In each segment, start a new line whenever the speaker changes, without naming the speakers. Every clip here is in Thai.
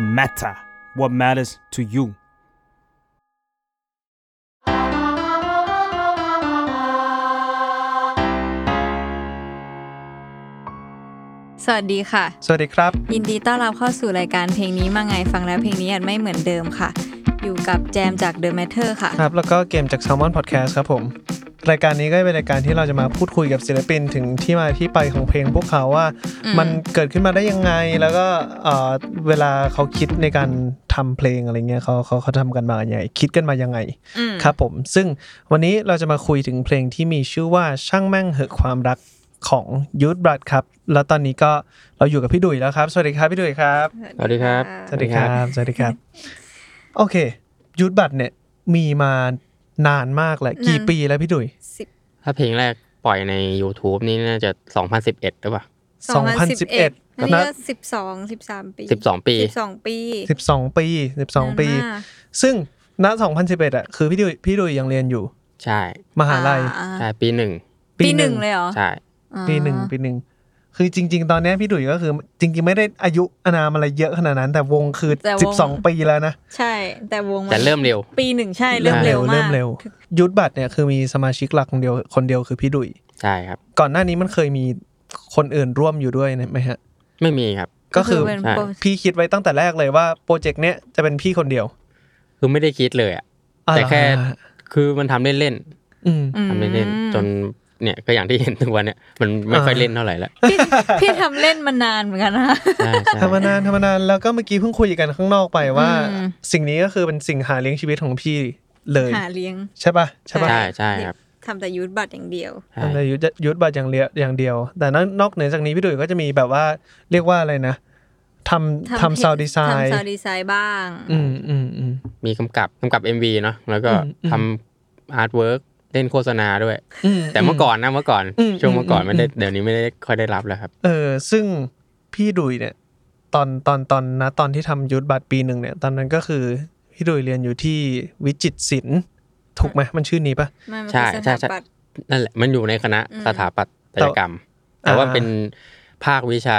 matter what matters to you
สวัสดีค่ะ
สวัสดีครับ
ยินดีต้อนรับเข้าสู่รายการเพลงนี้มาไงฟังแล้วเพลงนี้อาจไม่เหมือนเดิมค่ะ อยู่กับแจมจาก The Matter ค่ะ
ครับ แล้วก็เกมจาก Salmon Podcast ครับผม รายการนี้ก็เป็นรายการที่เราจะมาพูดคุยกับศิลปินถึงที่มาที่ไปของเพลงพวกเขาว่า
อืม
มันเกิดขึ้นมาได้ยังไง แล้วก็เอ่อเวลาเขาคิดในการทำเพลงอะไรเงี้ยเขาเขาเขาทำกันมาอย่างไงคิดกันมายังไง
อืม
ครับผม ซึ่งวันนี้เราจะมาคุยถึงเพลงที่มีชื่อว่าช่างแม่งเหอะความรักของยูทบรัดครับ แล้วตอนนี้ก็เราอยู่กับพี่ดุยแล้วครับ สวัสดีครับพี่ดุยครับ
สวัสดีครับ
สวัสดีครับ สวัสดีครับ โอเค ยุทธบัตรเนี่ยมีมานานมากแหละ กี่ปีแล้วพี่ดุย
สิบ
ถ้าเพลงแรกปล่อยใน YouTube นี่น่าจะ 2011 หรือเปล่า
2011
นะ
นี่ก็สิบสองสิบสามปี
12 ปี
สิบสองปี
สิบสองปีสิบสองปี
นานมาก
ซึ่งณสองพันสิบเอ็ดอ่ะ คือพี่ดุยพี่ดุยยังเรียนอยู่
ใช่
มหาลัย
อ่า
ใช่ปีหนึ่ง
ปีหนึ่งเลยเหรอ
ใช่
ปีหนึ่งปีหนึ่ง คือจริง ๆ ตอนเนี้ยพี่ดุยก็คือ จริง ๆ ไม่ได้อายุอานามอะไรเยอะขนาดนั้น แต่วงคือ
แต่วง
สิบสองปีแล้วนะ
ใช่ แต่วงน
แต่เริ่มเร็ว
ปีหนึ่งใช่เริ่ม
เริ่
เร็ว
ม
มาก
เริ่มเร็ว ยุทธบัตรเนี่ยคือมีสมาชิกหลักคนเดียวคนเดียวคือพี่ดุย
ใช่ครับ
ก่อนหน้านี้มันเคยมีคนอื่นร่วมอยู่ด้วยไหมฮะ
ไม่มีครับ
ก็คือ
เป็น
ใช่
โปร
พี่คิดไว้ตั้งแต่แรกเลยว่าโปรเจกต์เนี้ยจะเป็นพี่คนเดียว
คือไม่ได้คิดเลยอ่ะ แต่แค่
อ่าเหรอฮะ
คือมันทำเล่น
อืม
อืม
ๆทำเล่นๆจนเนี่ยก็อย่างที่เห็นทุกวันเนี่ยมันไม่ค่อย
อ่า
เล่นเท่าไหร่แล้ว
พี่พี่ทำเล่นมานานเหมือนกันนะ
ใช่ใช่
ธรรมนานธรรมนานแล้วก็เมื่อกี้เพิ่งคุยกันข้างนอกไปว่า
อืม
สิ่งนี้ก็คือเป็นสิ่งหาเลี้ยงชีวิตของพี่เลย
หาเลี้ยง
ใช่ปะใช่ปะ
ใช่ใช่ครับ
ทำแต่ยูทบัตรอย่างเดียว
ใช่
ทำแต่ยุทธยุทธบัตรอย่างเดียวอย่างเดียว แต่นอกนอกเหนือจากนี้พี่ดุยก็จะมีแบบว่าเรียกว่าอะไรนะทำทำซาวดีไซน์
ทำซาวด์ดีไซน์บ้าง
อืมอืมอืม
มีกำกับกำกับ MV เนาะแล้วก็
อืมอืม
ทำอาร์ตเวิร์กเล่นโฆษณาด้วย
อืม
แต่เมื่อก่อนนะเมื่อก่อน
อืม
ช่วงเมื่อก่อนไม่ได้
อืม
เดี๋ยวนี้ไม่ได้ค่อยได้รับแล้วครับ
เออซึ่งพี่ดุยเนี่ยตอนตอนตอนนะตอนที่ทำยุทธบัตรปีหนึ่งเนี่ยตอนนั้นก็คือพี่ดุยเรียนอยู่ที่วิจิตรศิลป์ถูกไหมมันชื่อนี้ปะ
ไม่มัน
ใช่
คือส
ใช่
ถา
ใช่
ปัตย์
นั่นแหละมันอยู่ในคณะ
อืม
สถาปัตยกรรม
แต่
แต่ว่า
อ่า
เป็นภาควิชา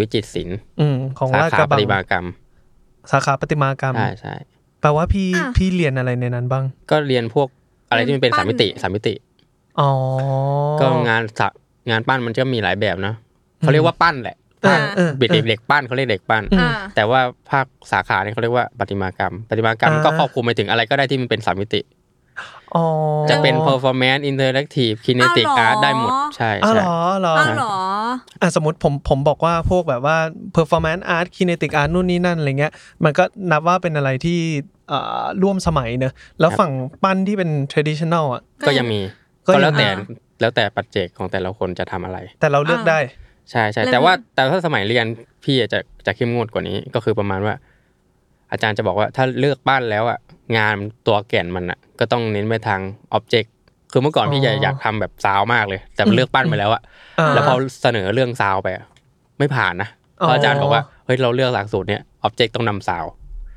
วิจิตรศิลป์
อืมของ
สา
ราชก
ขา
ระ
ป
บัง
ฏิมากรรม
สาขาประติมากรรม
ใช่ใช่
แปลว่าพี่
อ่ะ
พี่เรียนอะไรในนั้นบ้าง
ก็เรียนพวกอะไรที่มันเป็น
งานปั้
สาน มมิติสามมิติ
อ๋อ
ก็งานสะงานปั้นมันก็มีหลายแบบเนาะเขาเรียกว่าปั้นแหละ
อ่าเออ
เด็กเด็กปั้นเขาเรียกเด็กปั้น
อืม
อ่า
แต่ว่าภาคสาขาเนี่ยเขาเรียกว่าปฏิมากรรมปฏิมากรรม
อ่า
ก็ครอบคลุมไปถึงอะไรก็ได้ที่มันเป็นสามมิติ
อ๋อ
จะเป็น performance interactive kinetic
อ้าวเหรอ
art ได้หมดใช่
อ๋อ
ใช่
เหรอเหรอ
อ้าวเหรอ
อ่ะสมมติผมผมบอกว่าพวกแบบว่า performance art kinetic art นู่นนี่นั่นอะไรเงี้ย มันก็นับว่าเป็นอะไรที่อ่าร่วมสมัยเนอะแล้วฝั่งปั้นที่เป็น traditional อ่ะ
ก็ยังมี
ก็ยัง
ก็แล้วแต่
อ่า
แล้วแต่ปัจเจกของแต่ละคนจะทำอะไร
แต่เราเลือก
อ่า
ได้
ใช่ใช่
แล้ว
แต่ว่าแต่ถ้าสมัยเรียนพี่อาจจะจะเข้มงวดกว่านี้ก็คือประมาณว่า อาจารย์จะบอกว่าถ้าเลือกปั้นแล้วอ่ะงานตัวแก่นมันอ่ะก็ต้องเน้นไปทางอ็อบเจกต์คือเมื่อก่อนพี่จะ
อ๋อ
อยากทำแบบซาวมากเลย แต่มันเลือกปั้นไปแล้วอ่ะ
า
แล้วพอเสนอเรื่องซาวไปอ่ะไม่ผ่านนะเพราะอาจารย์บอกว่าเฮ้ยเราเลือกหลักสูตรเนี้ยอ็อบเจกต์ต้องนำซาว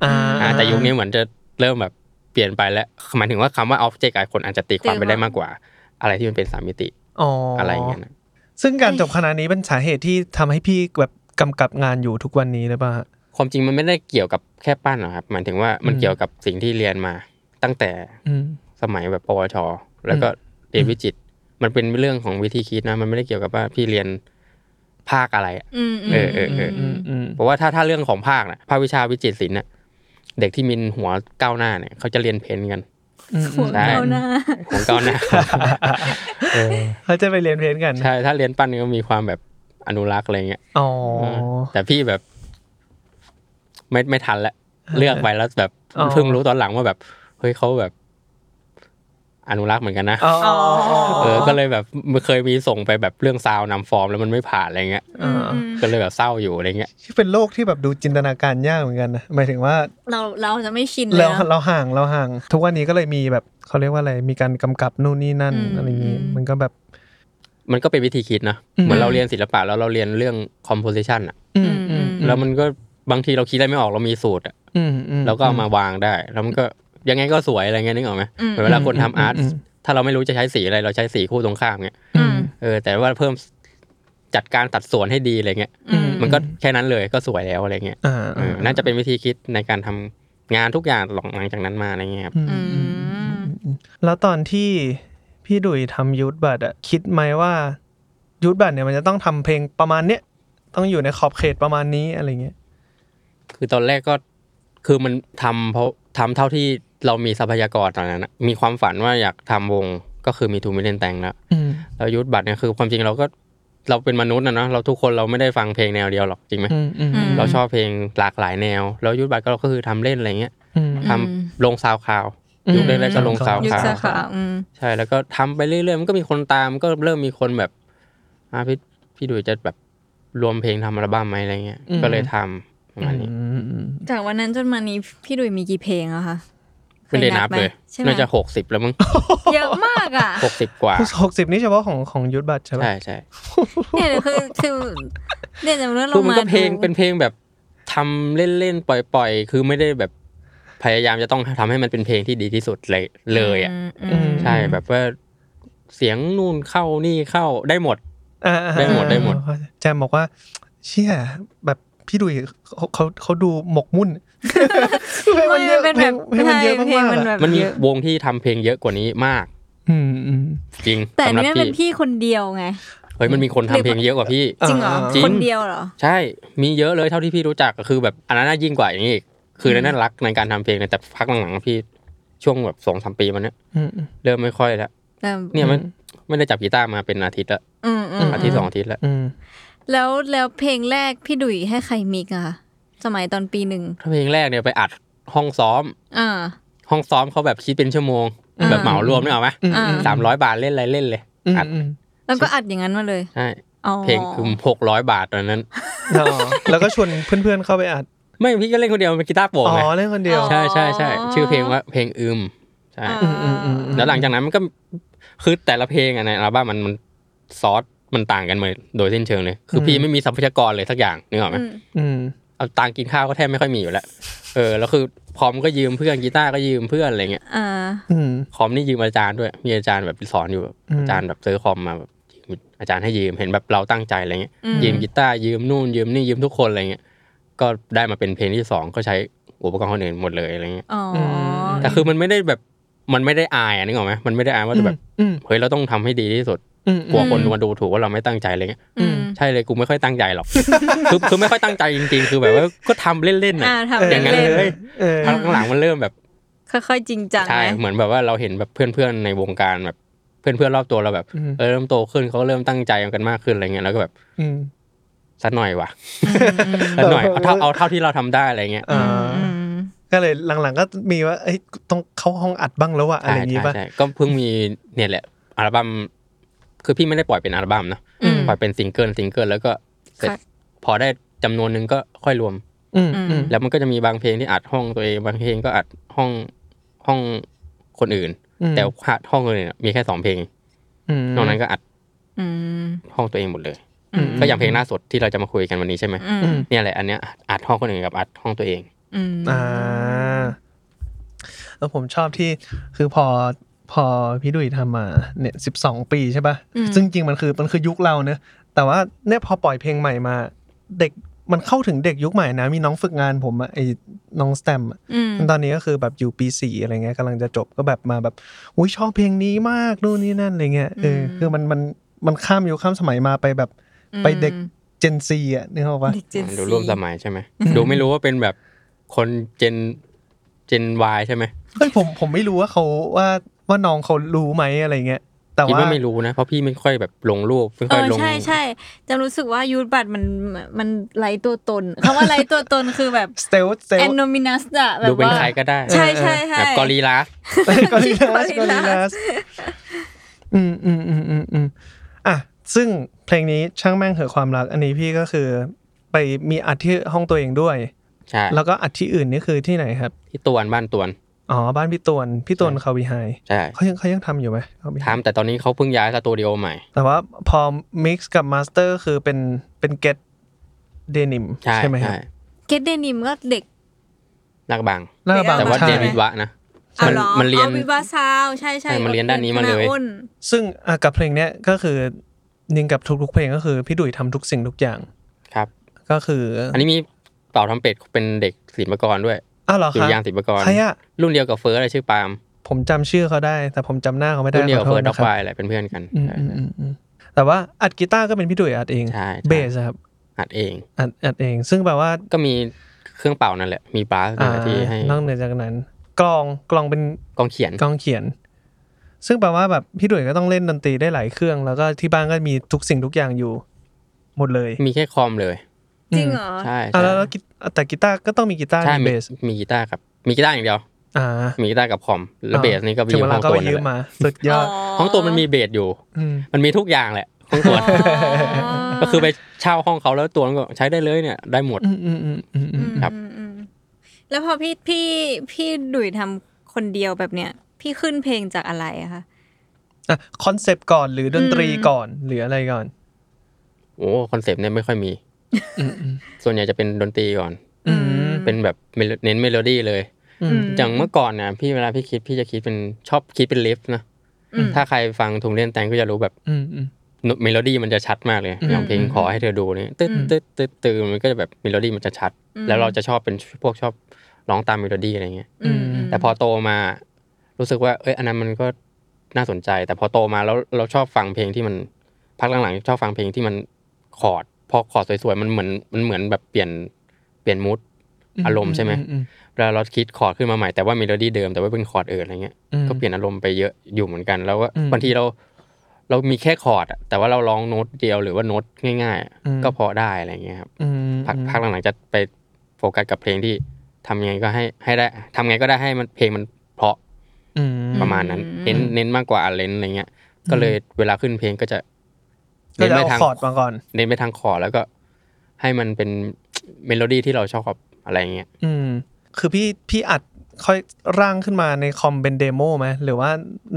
อ่า
อ่าแต่ยุคนี้เหมือนจะเริ่มแบบเปลี่ยนไปแล้วหมายถึงว่าคำว่าอ็อบเจกต์คนอาจจะตีความไปได้มากกว่า อะไรที่มันเป็นสามมิติ
อ๋ออ
อะไรอย่างเงี้ยนะ
ซึ่งการจบคณะนี้เป็นสาเหตุที่ทำให้พี่แบบกำกับงานอยู่ทุกวันนี้หรือเปล่าฮะ
ความจริงมันไม่ได้เกี่ยวกับแค่ปั้นหรอกครับหมายถึงว่ามัน
อืม
เกี่ยวกับสิ่งที่เรียนมาตั้งแต่
อืม
สมัยแบบปวช แล้วก็เรียนวิจิตรมันเป็นเรื่องของวิธีคิดนะ มันไม่ได้เกี่ยวกับว่าพี่เรียนภาคอะไรอะ
อืมม
เออเออเออ
อืมอืม
เพราะว่าถ้าถ้าเรื่องของภาคนะภาควิชาวิจิตรศิลป์น่ะเด็กที่มีหัวก้าวหน้าเนี่ยเขาจะเรียนเพ้นท์กัน
อืม
หัว
ได้
เราหน้า
หัวก้าวหน้า เออ
เขาจะไปเรียนเพลนกัน
ใช่ถ้าเรียนปั้นก็มีความแบบอนุรักษ์อะไรเงี้ย
อ๋อ
แต่พี่แบบ ไม่ไม่ทันละเลือกไปแล้วแบบ
อ๋อ
เพิ่งรู้ตอนหลังว่าแบบเฮ้ยเขาแบบ อนุรักษ์เหมือนกันนะ
อ๋ออ๋อ
เออ ก็เลยแบบเคยมีส่งไปแบบเรื่องซาวนำฟอร์มแล้วมันไม่ผ่านอะไรเงี้ย
อ๋ออ๋อ
ก็เลยแบบเศร้าอยู่อะไรเงี้ย
ที่เป็นโลกที่แบบดูจินตนาการยากเหมือนกันนะหมายถึงว่า
เราเราจะไม่ชิน
เรา
แล้ว
เราห่างเราห่าง ทุกวันนี้ก็เลยมีแบบเขาเรียกว่าอะไรมีการกำกับนู่นนี่นั่น
อืม
อะไรอย่างงี้
อืม
มันก็แบบ
มันก็เป็นวิธีคิดนะ
อืม
เหมือนเราเรียนศิลปะแล้วเราเรียนเรื่องคอมโพสิชันอะ
อื
อื
ม
ม
อื
อื
ม
ม
แล้วมันก็บางทีเราคิดอะไรไม่ออกเรามีสูตรอะ
อืมอืม
เราก็เอามาวางได้ แล้วมันก็ยังไงก็สวยอะไรเงี้ยนึกออกไหม
อืม
เหมือนเวลาคนทำอาร์ต
อืม
ถ้าเราไม่รู้จะใช้สีอะไรเราใช้สีคู่ตรงข้ามเงี้ย
อืม
เออแต่ว่าเพิ่ม จัดการตัดส่วนให้ดีอะไรเงี้ย
อืม
มันก็แค่นั้นเลยก็สวยแล้วอะไรเงี้ย
อ่า
เออน่าจะเป็นวิธีคิดในการทำงานทุกอย่างหลังจากนั้นมาอะไรเงี้ยครับ
อืม
อื
อืม
ม
แล้วตอนที่พี่ดุยทำยูทบัตอะคิดไหมว่ายูทบัตเนี่ยมันจะต้องทำเพลงประมาณเนี้ยต้องอยู่ในขอบเขตประมาณนี้อะไรเงี้ย
คือตอนแรกก็คือมันทำเพราะทำเท่าที่เรามีทรัพยากรตอนนั้นอะมีความฝันว่าอยากทำวงก็คือมีทูมิเลนแตงแล้ว
อืม
เรายุทธบัตรเนี่ยคือความจริงเราก็เราเป็นมนุษย์นะเนาะเราทุกคนเราไม่ได้ฟังเพลงแนวเดียวหรอกจริงไหม
อืมอืม
อืม
เราชอบเพลงหลากหลายแนว แล้วยุทธบัตรก็คือทำเล่นอะไรเงี้ย
อืม
ทำลงซาวคลาว
อืม
ยุคแรกๆก็ลงซาว
ยุ
ค
ค
ลาว
สาขาอืม
ใช่แล้วก็ทำไปเรื่อยๆมันก็มีคนตามก็เริ่มมีคนแบบอ่าพี่พี่ดุยจะแบบรวมเพลงทำอัลบั้มไหมอะไรเงี้ย
อืม
ก็เลยทำประมาณนี้
อืมอืม
จากวันนั้นจนมานี้พี่ดุยมีกี่เพลงอะคะ
ไม่ได้นับเลย
ใช่ไหม
น่าจะหกสิบแล้วมั้ง
เยอะมากอะ
หกสิบกว่า
หกสิบนี่เฉพาะของของยูทบัตใช่ปะ
ใช่ใช่
เนี่ยเดี๋ยวคือคือเนี่ยจำเรื่องล
คือง มัน
มา
ก็เพลง
ดู
เป็นเพลงแบบทำเล่นๆปล่อยๆ คือไม่ได้แบบพยายามจะต้องทำให้มันเป็นเพลงที่ดีที่สุดเลยเลยอ่ะ
อืม
อืม
ใช่แบบว่าเสียงนู่นเข้านี่เข้าได้หมด
อ่าอ่า
ได้หมดได้หมด
แจมบอกว่า เชี่ยแบบพี่ดุยเขาเขาเขาดูหมกมุ่น
ไม่มันเป็นแบบ
เพลงมันเยอะมาก
ใช่เพลง
มาก
มันแบ
อะ
บ
มันมี
เยอะ
วงที่ทำเพลงเยอะกว่านี้มาก
อืมอืม
จริง
แต่อัน
สำหรับ
นี่เป็น
พี่
พี่คนเดียวไง
เฮ้ยมันมีคนทำเพลงเยอะกว่าพี่
จริงเหรอ
จริง
คนเดียวเหรอ
ใช่มีเยอะเลยเท่าที่พี่รู้จักก็คือแบบอันนั้นน่ายิ่งกว่าอย่างนี้อีกคือนั่นนารักในการทำเพลงเลยแต่พักหลังๆพี่ช่วงแบบสองสามปีมันเนี้ย
อืมอืม
เริ่มไม่ค่อยแล้ว
แต่
เนี่ยมันไม่ได้จับกีตาร์มาเป็นอาทิตย์ละ
อืมม
อืม
อาทิตย์สองอาทิตย์ละ
อืม
แล้วแล้วเพลงแรกพี่ดุยให้ใครมิกอะคะสมัยตอนปีหนึ่ง
ถ้าเพลงแรกเนี่ยไปอัดห้องซ้อม
อ่า
ห้องซ้อมเขาแบบคิดเป็นชั่วโมง
อ่า
แบบเหมารวมนี่เอาไหม
อืม
อ่า
สามร้อยบาทเล่นอะไรเล่นเลย
อืม
อัด
อืม
แล้วก็อัดอย่างนั้นมาเลย
ใช่
อ๋อ
เพลงคือหกร้อยบาทตอนนั้น
อ๋อแล้วก็ชวนเพื่อนๆเข้าไปอัด
ไม่พี่ก็เล่นคนเดียวมันกีตาร์โปร่ง
อ๋อ
ไง
เล่นคนเดียว
ใช่ใช่ใช่ชื่อเพลงว่าเพลงอึมใช่
อ่า
อืมอืมอืม
แล้วหลังจากนั้นมันก็คือแต่ละเพลงอะในอัลบั้มมันมันซอสมันต่างกันเลยโดยสิ้นเชิงเลย คือพี่ไม่มีทรัพยากรเลยสักอย่างนึกออกไหม
อืม
อืม
เอาตังค์กินข้าวก็แทบไม่ค่อยมีอยู่แล้ว เออ แล้วคือคอมก็ยืมเพื่อนกีตาร์ก็ยืมเพื่อนอะไรเงี้ย
อ่า
อืม
คอมนี่ยืมอาจารย์ด้วย มีอาจารย์แบบสอนอยู่แบบ
อืม
อาจารย์แบบซื้อคอมมาแบบยืมอาจารย์ให้ยืม เห็นแบบเราตั้งใจอะไรเงี้ย
อืม
ยืมกีตาร์ยืมนู่นยืมนี่ยืมทุกคนอะไรเงี้ย ก็ได้มาเป็นเพลงที่สองก็ใช้อุปกรณ์คนอื่นหมดเลยอะไรเงี้ย
อ๋ออ
ม
แต่คือมันไม่ได้แบบมันไม่ได้อายอะนึกออกไหมมันไม่ได้อายว่าจะแบบ
อืม
เฮ้ยเราต้องทำให้ดีที่สุด
อืม
กลัวคนมาดูถูกว่าเราไม่ตั้งใจอะไรเงี้ย
อืม
ใช่เลยกูไม่ค่อยตั้งใจหรอก คือคือไม่ค่อยตั้งใจจริงๆ คือแบบว่าก็ทำเล่นๆน่ะ
อ่า
เออ
ทำ
อย่างนั้น
เล่น
เลย
เออ
พักหลังๆมันเริ่มแบบ
ๆค่อยๆจริงจัง
ใช่
ไหม
เหมือนแบบว่าเราเห็นแบบเพื่อนๆ ในวงการแบบเพื่อนๆ รอบตัวเราแบบ
อืม
เออเริ่มโตขึ้นเขาเริ่มตั้งใจกันมากขึ้นอะไรเงี้ยแล้วก็แบบ
อืม
สักหน่อยว่ะสัก หน่อยเอาเท่าเอาเท่าที่เราทำได้อะไรเงี้ย
อ่า ก็เลยหลังๆก็มีว่าเอ้ยต้องเข้าห้องอัดบ้างแล้วอะอะไร
ใช่
อย่างงี้
ใช่
ป่ะ
ใช่ก็เพิ่งมีเนี่ยแหละอัลบั้มคือพี่ไม่ได้ปล่อยเป็นอัลบั้มนะ
อืม
ปล่อยเป็นซิงเกิลซิงเกิลแล้วก็เสร็จ
ค่ะ
พอได้จำนวนหนึ่งก็ค่อยรวม
อืมอืม
แล้วมันก็จะมีบางเพลงที่อัดห้องตัวเองบางเพลงก็อัดห้องห้องคนอื่น แต่ว่าห้องคนอื่นมีแค่สองเพลง
ม
นอกนั้นก็อัด
อืม
ห้องตัวเองหมดเลย
อืม
ก็อย่างเพลงล่าสุดที่เราจะมาคุยกันวันนี้ใช่ไหม
อืม
เนี่ยแหละอันเนี้ยอัดห้องคนอื่นกับอัดห้องตัวเอง
อืม
อ่าแล้วผมชอบที่คือพอพอพี่ดุยทำมาเนี่ยสิบสองปีใช่ป่ะ ซึ่งจริงมันคือมันคือยุคเราเนอะแต่ว่าเนี่ยพอปล่อยเพลงใหม่มา เด็กมันเข้าถึงเด็กยุคใหม่นะ มีน้องฝึกงานผมอะไอ้น้องสแตมป์อะ
อืม
ตอนนี้ก็คือแบบอยู่ปีสี่อะไรเงี้ยกำลังจะจบก็แบบมาแบบอุ้ยชอบเพลงนี้มากนู่นนี่นั่นอะไรเงี้ยเออ
ม
คือมันมันมันข้ามยุคข้ามสมัยมาไปแบบไปเด็กเจนซีอ่ะนึกออกปะ
เด็กเจนซี
ดูร่วมสมัยใช่ไหมดูไม่รู้ว่าเป็นแบบคนเจนเจนวใช่ไหม
เฮ้ยผมผมไม่รู้ว่าเขาว่าว่าน้องเขารู้ไหมอะไรเงี้ย แต่
คิด
ว่า
ว่าไม่รู้นะเพราะพี่ไม่ค่อยแบบลงรูปไม่
เอ
ค่อย
อ
ลง
ใช่ใช่จะรู้สึกว่ายูทบัตมันมันไร้ตัวตนคำว่าไร้ตัวตนคือแบบ
สเตลสเตล
แอนโนมินัสอะแบ
ดู
บ
เป็น
ว่า
ใครก็ได้
ใช่ใช่ใช่
แบบกอริลลา
กอริลาสกอ
Gorillaz
ริลาสอืมอืมอืมอืมอืมอ่ะซึ่งเพลงนี้ช่างแม่งเหอะความรัก อันนี้พี่ก็คือ ไปมีอัดที่ห้องตัวเองด้วย
ใช่
แล้วก็อัดที่อื่นนี่คือที่ไหนครับ
ที่ตวนบ้านตวน
อ๋อบ้านพี่ตวนพี่ตวน
ใช่
เขาวิไฮ
ใช่
เขายังเขายังทำอยู่ไหมเขาวิไฮ
ทำแต่ตอนนี้เขาเพิ่งย้ายสตูดิโอใหม่
แต่ว่าพอมิกซ์กับมาสเตอร์คือเป็นเป็นเกตเดนิม
ใช่
ใช่ไหมครับ
ใช่
เกตเดนิมก็เด็ก
นักบัง
หน้าบาง
แต่ว่า
ใช่
เรียนวิทวะนะ
เอา
มัน
หรอ
มันเรียน
อาวิวาซาวใช่ใช่
ใช่มันเรียนด้านนี้มาเลย
อ้น
ซึ่งอ่ะกับเพลงเนี้ยก็คือ ยิงกับทุกๆเพลงก็คือพี่ดุยทำทุกสิ่งทุกอย่าง
ครับ
ก็คือ
อันนี้มีเป่าทำเป็ดเป็นเด็กศิลปากรด้วย
อ้าวเหรอ
อยู่
คะ
ยางศิลปากร
ใครอะ
รุ่นเดียวกับเฟิร์สเลยชื่อปาล์ม
ผมจำชื่อเขาได้ แต่ผมจำหน้าเขาไม่ได้
รุ่นเดียว
ขอ
กั
บ โท
เฟิ
ษ
ร์สด็อก
นะครับ
ไฟอะไรเป็นเพื่อนกัน
อืมอืมอืมอืมแต่ว่าอัดกีตาร์ก็เป็นพี่ดุยอัดเอง
ใช่ใช่
เบสอะครับ
อัดเอง
อัดอัดเอง ซึ่งแบบว่า
ก็มีเครื่องเป่านั่นแหละ มีบาสนั่นแหละที่ให้
นอกเหนือจากนั้น กลองกลองเป็น
กองเขียน
กลองเขียน ซึ่งแปลว่าแบบพี่ดุยก็ต้องเล่นดนตรีได้หลายเครื่อง แล้วก็ที่บ้านก็มีทุกสิ่งทุกอย่างอยู่ หมดเลย
มีแค่คอมเลย
จริงเหรอ
ใช่
อ่ะ
ใช่
แล้วแล้วกีตแต่กีตาร์ก็ต้องมีกีตาร์
ใช่
มี
มี
เบส
มีกีตาร์ครับมีกีตาร์อย่างเดียว
อ่า
มีกีตาร์กับคอมแล้วเบสนี่ก็ไปอ
ถึง
ยู่
เว
ห้
ลา
อง
ก็
ตัว
ไป
นั่
ยืม
นแหละ
มาสุดยอด
ห้องตัวมันมีเบสอยู่
ม
มันมีทุกอย่างแหละห้องตัว
อ๋อ
ก็คือไปเช่าห้องเขาแล้วตัวมันก็ใช้ได้เลยเนี่ยได้หมด
อืมอืมอืมอืมอื
อื
ม
ม
ครับ
อืมอืมแล้วพอพี่พี่พี่ดุยทำคนเดียวแบบเนี้ย พี่ขึ้นเพลงจากอะไรอะคะ
อ่ะคอนเซปต์ก่อนหรือดนตรี
อืม
ก่อนหรืออะไรก่อน
โอ้คอนเซปต์เนี่ยไม่ค่อยมี ส่วนใหญ่จะเป็นดนตรีก่อน
อืม
เป็นแบบเมโลเน้นเมโลดี้เลย
อืม
อย่างเมื่อก่อนนะพี่เวลาพี่คิดพี่จะคิดเป็นชอบคิดเป็นลิฟต์นะ
อืม
ถ้าใครฟังทุงเล่นแตงก็จะรู้แบบ
อืมอืม
เมโลดี้มันจะชัดมากเลย
อืม
อย่างเพลงขอให้เธอดูนี่ตึ๊ด
อืม
ตึ๊ดตึ๊ดตึ๊ดมันก็จะแบบเมโลดี้มันจะชัด
อืม
แล้วเราจะชอบเป็นพวกชอบร้องตามเมโลดี้อะไรเงี้ย
อืมม
แต่พอโตมารู้สึกว่า เอ้ยอันนั้นมันก็น่าสนใจ แต่พอโตมาแล้วเราชอบฟังเพลงที่มันพักหลังๆชอบฟังเพลงที่มันคอร์ดพอคอร์ดสวยๆมันเหมือนมันเหมือนแบบเปลี่ยนเปลี่ยนมูดอารมณ์ใช่ไหม
อืม
เวลาเราคิดคอร์ดขึ้นมาใหม่แต่ว่าเมโลดี้เดิมแต่ว่าเป็นคอร์ดอื่นอะไรเงี้ย
อืม
ก็เปลี่ยนอารมณ์ไปเยอะอยู่เหมือนกัน แล้วก็
อืม
บางทีเรา เรามีแค่คอร์ดอะแต่ว่าเราร้องโน้ตเดียวหรือว่าโน้ตง่ายๆอะ
อืม
ก็พอได้อะไรเงี้ยครับ
อืม
พักพักหลังๆจะไปโฟกัสกับเพลงที่ทำยังไงก็ให้ให้ได้ทำไงก็ได้ให้มันเพลงมันเพราะ
อืม
ประมาณนั้นเน้นเน้นมากกว่าเลนอะไรเงี้ย ก็เลยเวลาขึ้นเพลงก็จะ
ก็จะ
ไป
เอา
ทาง
คอร์ดมาก่อน
เน้นไปทางคอร์ดแล้วก็ให้มันเป็นเมโลดี้ที่เราชอบอะไรเงี้ย
อืมคือพี่พี่อัดค่อยร่างขึ้นมาในคอมเป็นเดโมไหมหรือว่า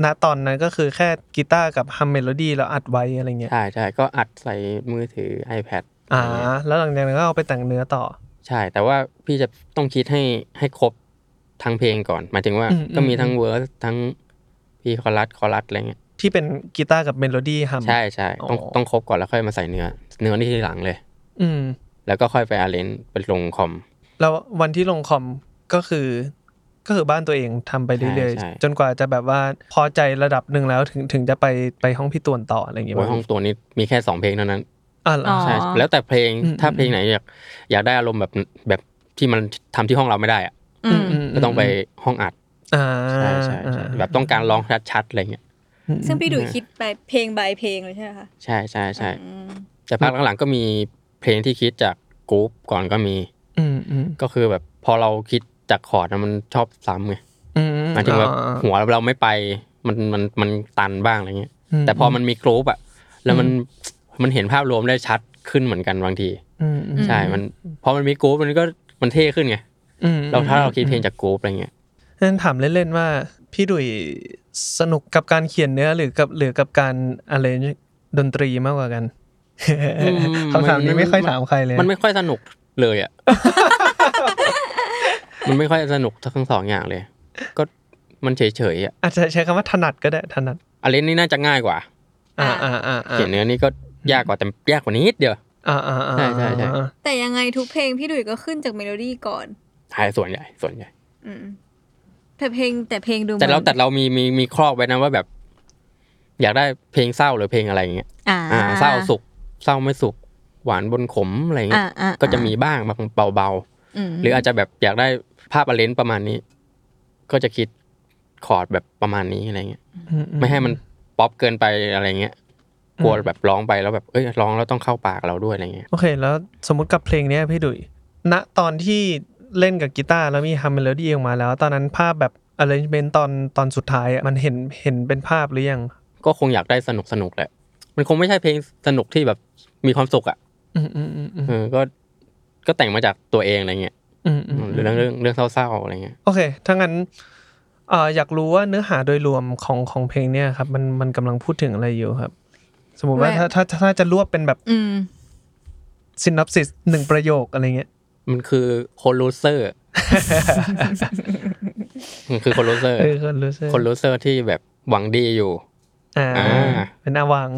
ณตอนนั้นก็คือแค่กีตาร์กับฮัมเมโลดี้แล้วอัดไว้อะไรเงี้ย
ใช่ใช่ก็อัดใส่มือถือ iPad
อ่า
อะไรเงี้ย
แล้วหลังจากนั้นก็เอาไปแต่งเนื้อต่อ
ใช่ แต่ว่าพี่จะต้องคิดให้ให้ครบทั้งเพลงก่อน หมายถึงว่า
อืม
ก็มี
อืม
ทั้งเวอร์สทั้งพีคอรัสคอรัสอะไรเงี้ย
ที่เป็นกีตาร์กับเมโลดี้ฮัม
ใช่ใช่ต้อง
อ๋อ
ต้องครบก่อนแล้วค่อยมาใส่เนื้อ เนื้อนี่ทีหลังเลย
อืม
แล้วก็ค่อยไปอาเลนไปลงคอม
แล้ววันที่ลงคอมก็คือ ก็คือบ้านตัวเองทำไปเรื่อย
ใช่ใช่
ๆจนกว่าจะแบบว่าพอใจระดับหนึ่งแล้วถึงถึงจะไปไปห้องพี่ตวนต่ออะไรอย่างเงี้ย
โอ้ยห้องตัวนี้มีแค่สองเพลงเท่านั้น
อ่ะเหรอ
อ๋อ
อ
ใช่แล้วแต่เพลง
อืม
ถ้าเพลงไหนอยากอยากได้อารมณ์แบบแบบที่มันทำที่ห้องเราไม่ได้อะ
อืม
ม
ก็ต้องไปห้องอัด
อ่า
ใช่ใช่ใช่แบบต้องการร้องชัดๆอะไรเงี้ย
อืม
ซึ่งพี่ดุยคิดไปเพลงบายเพลงเลยใช่ไหมคะ
ใช่ใช่ใช่
อืม
แต่ภาคหลังๆก็มีเพลงที่คิดจากกรุ๊ปก่อนก็มี
อืมอืม
ก็คือแบบพอเราคิดจากคอร์ดนะมันชอบซ้ำไง
อืม
หมายถึงว่า
อ่า
หัวเราไม่ไปมันมันมันตันบ้างอะไรเงี้ย
ม
แต่พอมันมีกรุ๊ปอะแล้วมันมันเห็นภาพรวมได้ชัดขึ้นเหมือนกันบางที
อืมอืม
ใช่
อืม
มันพอมันมีกรุ๊ปมันก็มันเท่ขึ้นไง
อืม
เราถ้าเราคิดเพลงจากกรุ๊ปอะไรเงี้ย
งั้นถามเล่นๆว่า พี่ดุยสนุกกับการเขียนเนื้อหรือกับหรือกับการอะไรดนตรีมากกว่ากัน
อืม
คำถามนี้
มัน
ไม่ค่อยถามใครเลย
มันไม่ค่อยสนุกเลย อ่ะ มันไม่ค่อยสนุกทั้งสองอย่างเลย ก็มันเฉยๆอ่ะ
อาจจะใช้คำว่าถนัดก็ได้ถนัด
อันเล่นนี่น่าจะง่ายกว่า
อ่าอ่าอ่าอ่า
เขียนเนื้อนี่ก็ยากกว่าแต่ยากกว่านิดเดียว
อ่าอ่าอ่า
ใช่ใช่ใช่
แต่ยังไงทุกเพลงพี่ดุยก็ขึ้นจากเมโลดี้ก่อน
ใช่ส่วนใหญ่ส่วนใหญ่
อืมแต่เพลงแต่เพลงดู
แต่เรา
หมือน
แต่เรามีมีมีครอบไว้นะว่าแบบ อยากได้เพลงเศร้าหรือเพลงอะไรอย่างเงี้ย
อ่า
อ่า เศร้าสุขเศร้าไม่สุข หวานบนขมอะไรเงี้
อ่าย อ่า
ก็จะมีบ้างบางเบาๆ
ม
หรืออาจจะแบบอยากได้ภาพอเลนประมาณนี้ ก็จะคิดคอร์ดแบบประมาณนี้อะไรเงี้ย
อื
ไม่ให้มันป๊อปเกินไปอะไรเงี้ยกลัวแบบร้องไปแล้วแบบเอ้ยร้องแล้วต้องเข้าปากเราด้วยอะไรเงี้ย
โอเค แล้วสมมุติกับเพลงเนี้ยพี่ดุยณตอนที่เล่นกับกีตาร์แล้วมีฮัมเมโลดี้ออกมาแล้ว ตอนนั้นภาพแบบอะไรเป็นตอนตอนสุดท้ายอะมันเห็นเห็นเป็นภาพหรือยัง
ก็คงอยากได้สนุกสนุกๆแหละมันคงไม่ใช่เพลงสนุกที่แบบมีความสุขอ่ะ
อืมอืมอืมอืม
เออก็ก็แต่งมาจากตัวเองอะไรเงี้ย
อืมอืม
หรือเรื่องเรื่องเรื่องเศร้าๆอะไรเงี้ย
โอเค ถ้างั้นเอ่ออยากรู้ว่าเนื้อหาโดยรวมของของเพลงเนี่ยครับ มันมันกำลังพูดถึงอะไรอยู่ครับ สมมติว่าถ้าถ้าถ้าจะรวบเป็นแบบ
อืม
ซิน n อ p ซิสหนึ่งประโยคอะไรเงี้ย
มันคือคนลูเซอร์มันคือคนลูเซอร์
เออคนรู้สึก
คนลูเซอร์ที่แบบหวังดีอยู่
อ่า
อ่า
เป็นอาหวัง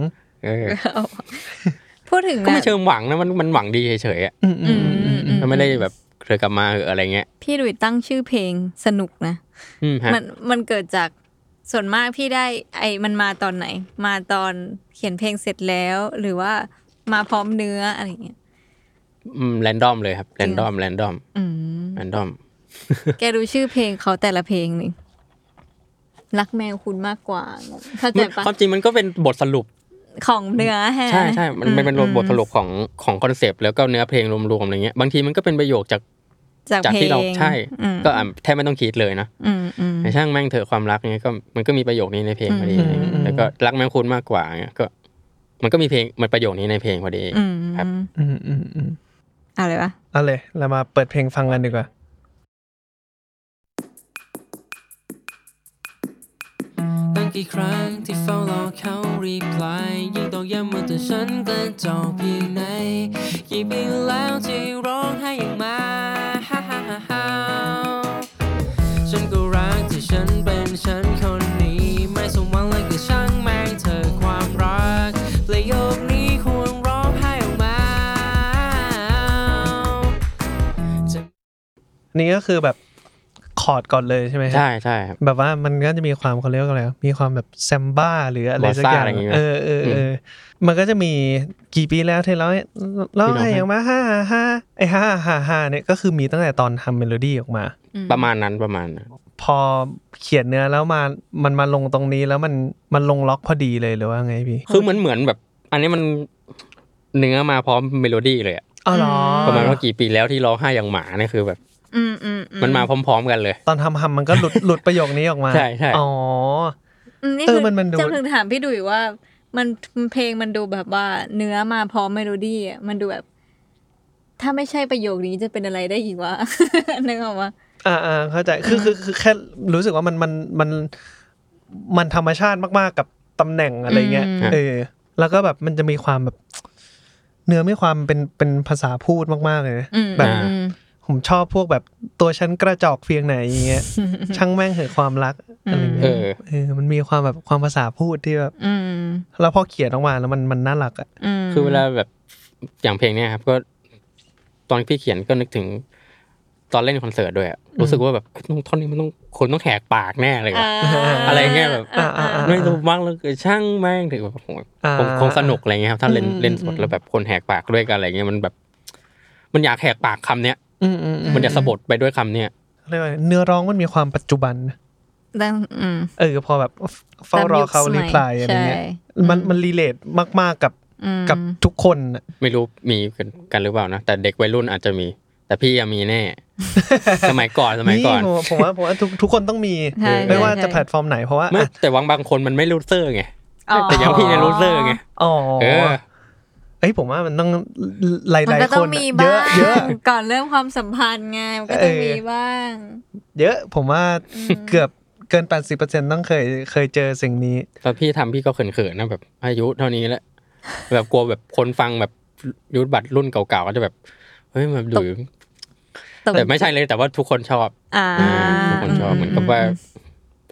เ เออ
พูดถึง
ก็
นะ
ไม่เชิงหวังนะมันมันหวังดีเฉยๆอะ
อืมอืมอืมอืม
มันไม่ได้แบบเธอกลับมาเหอะอะไรเงี้ย
พี่ดุยตั้งชื่อเพลงสนุกนะ
อืมฮะ
มันมันเกิดจากส่วนมากพี่ได้ไอ้มันมาตอนไหน มาตอนเขียนเพลงเสร็จแล้ว หรือว่ามาพร้อมเนื้ออะไรอย่างเงี้ย
แรนดอมเลยครับแรนดอมแรนดอม
อืม
แรนดอม
แกดูชื่อเพลงเขาแต่ละเพลงนี่รักแมวคุณมากกว่า เข้าใจปะ
ความจริงมันก็เป็นบทสรุป
ของเนื้อแฮะ
ใช่ใช่มันมันเป็น
อื
บทสรุปของของคอนเซปต์แล้วก็เนื้อเพลงรวมๆอะไรเงี้ยบางทีมันก็เป็นประโยคจาก
จาก
จาก
เพล
ที่
ง
เราใช่
อืม
ก็อ่ะแทบไม่ต้องคิดเลยนะ
อืมอืม
แต่ช่างแม่งเถอะความรักเงี้ยก็มันก็มีประโยคนี้ในเพลงพอดี
อืม
อะไรเงี้ยแล้วก็รักแม่งคุณมากกว่าเงี้ยก็ มันก็มีเพลงมันประโยคนี้ในเพลงพอดี
อืม
ครับ
อืมอืมอืม
อะไรวะ
เอาเลยเรามาเปิดเพลงฟังกันดีกว่า
ตั้งกี่ครั้งที่เฝ้ารอเขารีプライยิ่งตอกย้ำว่าตัวฉันกระจอกเพียงไหนกี่ปีแล้วที่ร้องไห้อย่างมาฮ่าฮ่าฮ่าฮ่าฉันก็รักที่ฉันเป็นฉันคนนี้ ไม่สมหวังเลยก็ช่างแม่งเธอความรักประโยคนี้ควรร้องไห้ออกมา
นี่ก็คือแบบคอร์ดก่อนเลยใช่ไหมฮะ
ใช่ใช่ครับ
แบบว่ามันก็จะมีความเขาเรียกว่าอะไรวะมีความแบบแซมบ้าหรืออะไรสักอย่าง
บอสซ่าอะไรอย่างงี้ไหม
เออเออเอออมันก็จะมีกี่ปีแล้วเธอร้อยร้องไห้อย่างมาห้าห้าไอห้าห้าห้าเนี่ยก็คือมีตั้งแต่ตอนทำเมโลดี้ออกมา
ประมาณนั้นประมาณนั้น
พอเขียนเนื้อแล้วมามันมาลงตรงนี้แล้วมันมันลงล็อกพอดีเลยหรือว่าไงพี่
คือเหมือนเหมือนแบบ อันนี้มันเนื้อมาพร้อมเมโลดี้เลยอะ
อ๋อเหรอ
ม
ประมาณว่ากี่ปีแล้วที่ร้องไห้อย่างหมาเนี่ยคือแบบ
อืมอืมอื
มันมาพร้อมๆกันเลย
ตอนทำทำมันก็หลุดหลุดประโยคนี้ออกมา
ใช่ใช่
อ๋อ
อืนี่
เอ
คื
อ
อ
มันมันดู
จำถึงถามพี่ดุยว่า มันเพลงมันดูแบบว่า เนื้อมาพร้อมเมโลดี้อะมันดูแบบ ถ้าไม่ใช่ประโยคนี้จะเป็นอะไรได้อีกวะ นึกออกว่า
อ่าอ่าเข้าใจคือคือคือแค่รู้สึกว่ามันมันมันมันธรรมชาติมากๆกับตำแหน่งอะไรเงี้ย
อืม
เออ แล้วก็แบบมันจะมีความแบบ เนื้อไม่ความเป็นเป็นภาษาพูดมากๆเลยนะ
อืม
แบบ
อ่า
อืม
ผมชอบพวกแบบตัวฉันกระจอกเพียงไหนอย่างเงี้ย ช่างแม่งเหอะความรักอะไรเงี้
เอย อ
เออมันมีความแบบความภาษาพูดที่แบบ
อืม
แล้วพอเขียนออกมาแล้วมันมันน่ารักอ่ะ
ม
คือเวลาแบบอย่างเพลงเนี้ยครับก็ตอนพี่เขียนก็นึกถึง ตอนเล่นคอนเสิร์ตด้วยอะรู้สึกว่าแบบเอ้ยต้องท่อนนี้มันต้องคนต้องแหกปากแน่เลยอะ อะไรเงี้ยแบบ
อ่าอ่าอ่า
ไม่รู้บ้างเลยช่างแม่งถึงแบบโห
อ่า
คงคงสนุกอะไรเงี้ยครับถ้าเล่น
อืม
เล่นสด
อืม
แล้วแบบคนแหกปากด้วยกันอะไรเงี้ยมันแบบ มันอยากแหกปากคำเนี้ย
อืมอืมอืม
มันจะสะบดไปด้วยคำเนี้ย
เรียกว่าเนื้อร้องมันมีความปัจจุบันนะ
ตั้งอืม
เออพอแบบเฝ้ารอเขารีプラยอะไรเงี้ย
ใช่
มันมันรีเลทมาก ๆ กับ
อืม
กับทุกคนน่ะ
ไม่รู้มีกันกันหรือเปล่านะแต่เด็กวัยรุ่นอาจจะมี แต่พี่ยังมี แน่ สมัยก่อนสมัยก่อน
ผมว่าผมว่าผมว่าทุกทุกคนต้องมี
ใช่
เออ
ไม่ว่าจะแพล
ใช่
ตฟอร์มไหนเพราะว่า
ไม่แต่วางบางคนมันไม่รู้เซอร์ไง
อ๋อ
แต่อย่างพี่เนี่ยรู้เซอร์ไง
อ๋อ
เออ
เอ้ยผมว่ามันต้องหลาย
มัน
หลาย
ก็
ค
ต้อง
น
มี
น่ะเย
บ้า
อะ
ง
เยอะ
ก่อนเริ่มความสัมพันธ์ไงมันก็ต้อง
เออ
มีบ้าง
เยอะ ผมว่า
อืม
เกือบเกิน 80%ต้องเคยเคยเจอสิ่งนี้
ตอนพี่ทำพี่ก็เขินๆนะแบบอายุเท่านี้แล้วแบบกลัวแบบคนฟังแบบยุทธบัตรรุ่นเก่าๆก็จะแบบเฮ้ยมันหรือ
ตบ
แต่ไม่ใช่เลยแต่ว่าทุกคนชอบ
อ่า
ทุกคนชอบเหมือนกับว่า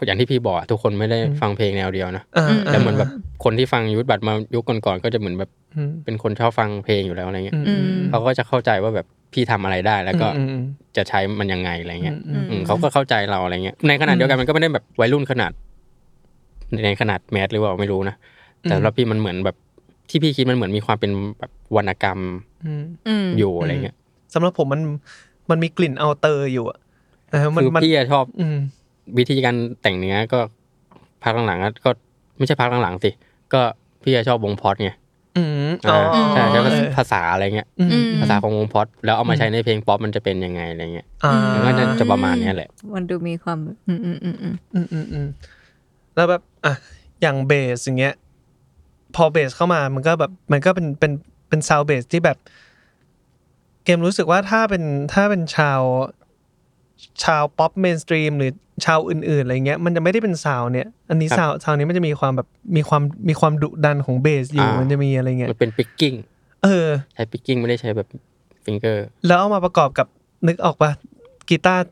อย่างที่พี่บอกอะทุกคนไม่ได้ฟังเพลงแนวเดียวนะ
อ่า
อืม
แต่เหมือนแบบคนที่ฟังยุทธบัตรมายุคก่อนๆก็จะเหมือนแบบ
อืม
เป็นคนชอบฟังเพลงอยู่แล้วอะไรเงี้ย
อืม
อืม
เขาก็จะเข้าใจว่าแบบพี่ทำอะไรได้แล้วก็
อืมอืม
จะใช้มันยังไงอะไรเงี้ย
อืม
อืมเขาก็เข้าใจเราอะไรเงี้ยในขนาดเดียวกันมันก็ไม่ได้แบบวัยรุ่นขนาด ในขนาดแมสหรือเปล่าไม่รู้นะแต่
อืม
เราพี่มันเหมือนแบบที่พี่คิดมันเหมือนมีความเป็นแบบวรรณกรรม
อืม
อืม
อยู่อะไรเงี้ย
สำหรับผมมันมันมีกลิ่นเอาเตอร์อยู่อะเออมัน
คือ
มัน
พี่อะชอบ
อืม
วิธีการแต่งเนื้อก็พักหลังๆก็ก็ไม่ใช่พักหลังๆสิก็พี่อะชอบวงพอดไง
อืมอ๋อ
อ่า
อ๋อ
ใช่ใช่ก็
เออ
ภาษาอะไรเงี้ย
อืมอืม
ภาษาของวงพอดแล้วเอามาใช้ในเพลงป๊อปมันจะเป็นยังไงอะไรเงี้ย
อ่า
มันก็จะจะประมาณเนี้ยแหละ
มันดูมีความ อืมอืมอืมอืม
อืมอืมอืมแล้วแบบอ่ะอย่างเบสอย่างเงี้ย พอเบสเข้ามามันก็แบบมันก็เป็นเป็นเป็นซาวเบสที่แบบ เกมรู้สึกว่าถ้าเป็นถ้าเป็นชาว ชาวป๊อปเมนสตรีมหรือชาวอื่นๆอะไรเงี้ยมันจะไม่ได้เป็นซาวเนี่ย อันนี้
ครับ
ซาวซาวนี้มันจะมีความแบบมีความมีความดุดันของเบสอยู่
อ่ามั
มันจะมีอะไรเงี้ย
มันเป็นปิกกิ้ง
เออ
ใช้ปิกกิ้งไม่ได้ใช้แบบฟิงเกอร์
แล้วเอามาประกอบกับนึกออกปะกีตาร์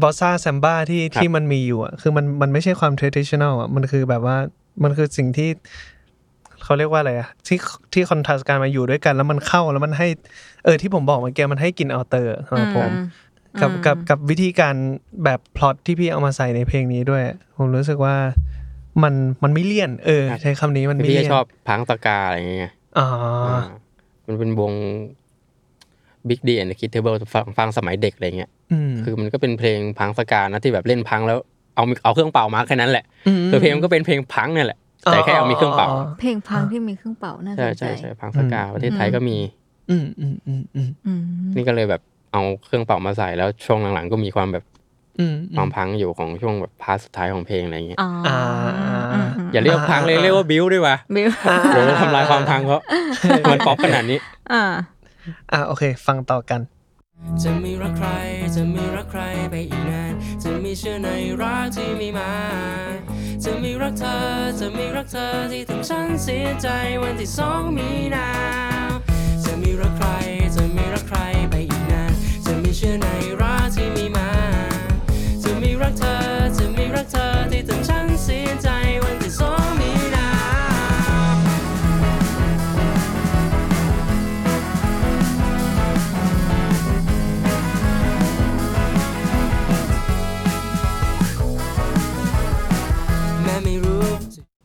บอสซาแซมบ้าที่
ครับ
ที่มันมีอยู่อ่ะคือมันมันไม่ใช่ความ traditional อ่ะมันคือแบบว่ามันคือสิ่งที่ เขาเรียกว่าอะไรอะที่ที่คอนทราสต์กันมาอยู่ด้วยกันแล้วมันเข้าแล้วมันให้เออที่ผมบอกเมื่อกี้มันให้กลินเอาเตอร์สำหรับผม
อืม
กับ
อืม
กับกับวิธีการแบบพล็อตที่พี่เอามาใส่ในเพลงนี้ด้วย ผมรู้สึกว่ามันมันไม่เลี่ยน เออ
ครับ
ใช้คำนี้มันไม่
พี่
เลี่ยน
ชอบพังตะกาอะไรอย่างเงี้ย
อ๋อ
อ่ามันเป็นวง Big D and the Kid Table ฟังฟังสมัยเด็กอะไรเงี้ย
อืม
คือมันก็เป็นเพลงพังสกานะที่แบบเล่นพังแล้วเอาเอาเครื่องเป่ามาแค่นั้นแหละ
ม
คือเพลงมันก็เป็นเพลงพังเนี่ยแหละ แต่แค่เอามีเครื่องเป่า
เพลงพังที่มีเครื่องเป่าน่าส
ใช่
นใจ
ใช่ใช่พังสกา
อืม
ประเทศไทยก็มี
อืมอืมอืมอืม
อืม
นี่ก็เลยแบบเอาเครื่องเป่ามาใส่แล้วช่วงหลังๆก็มีความแบบ
อืม
ความพังอยู่ของช่วงแบบพาร์ทสุดท้ายของเพลงอะไรเงี้ย
อ๋ออ่าอืม
อย่าเรียกพังเลยเรียกว่าบิวดีกว่า
บิว
อ่า
เดี๋ยวมันทำลายความพังเขามันป๊อปขนาดนี้
อ่า
อ่าโอเค ฟังต่อกัน
จะไม่รักใคร จะไม่รักใครไปอีกนาน จะไม่เชื่อในรักที่ไม่มา จะไม่รักเธอ จะไม่รักเธอที่ทำฉันเสียใจวันที่สองมีนา จะไม่รักใคร จะไม่รักใครไปอีกนาน จะไม่เชื่อในรักที่ไม่มา จะไม่รักเธอ จะไม่รักเธอที่ทำฉันเสียใจวันที่สองมีนา แม่ไม่รู้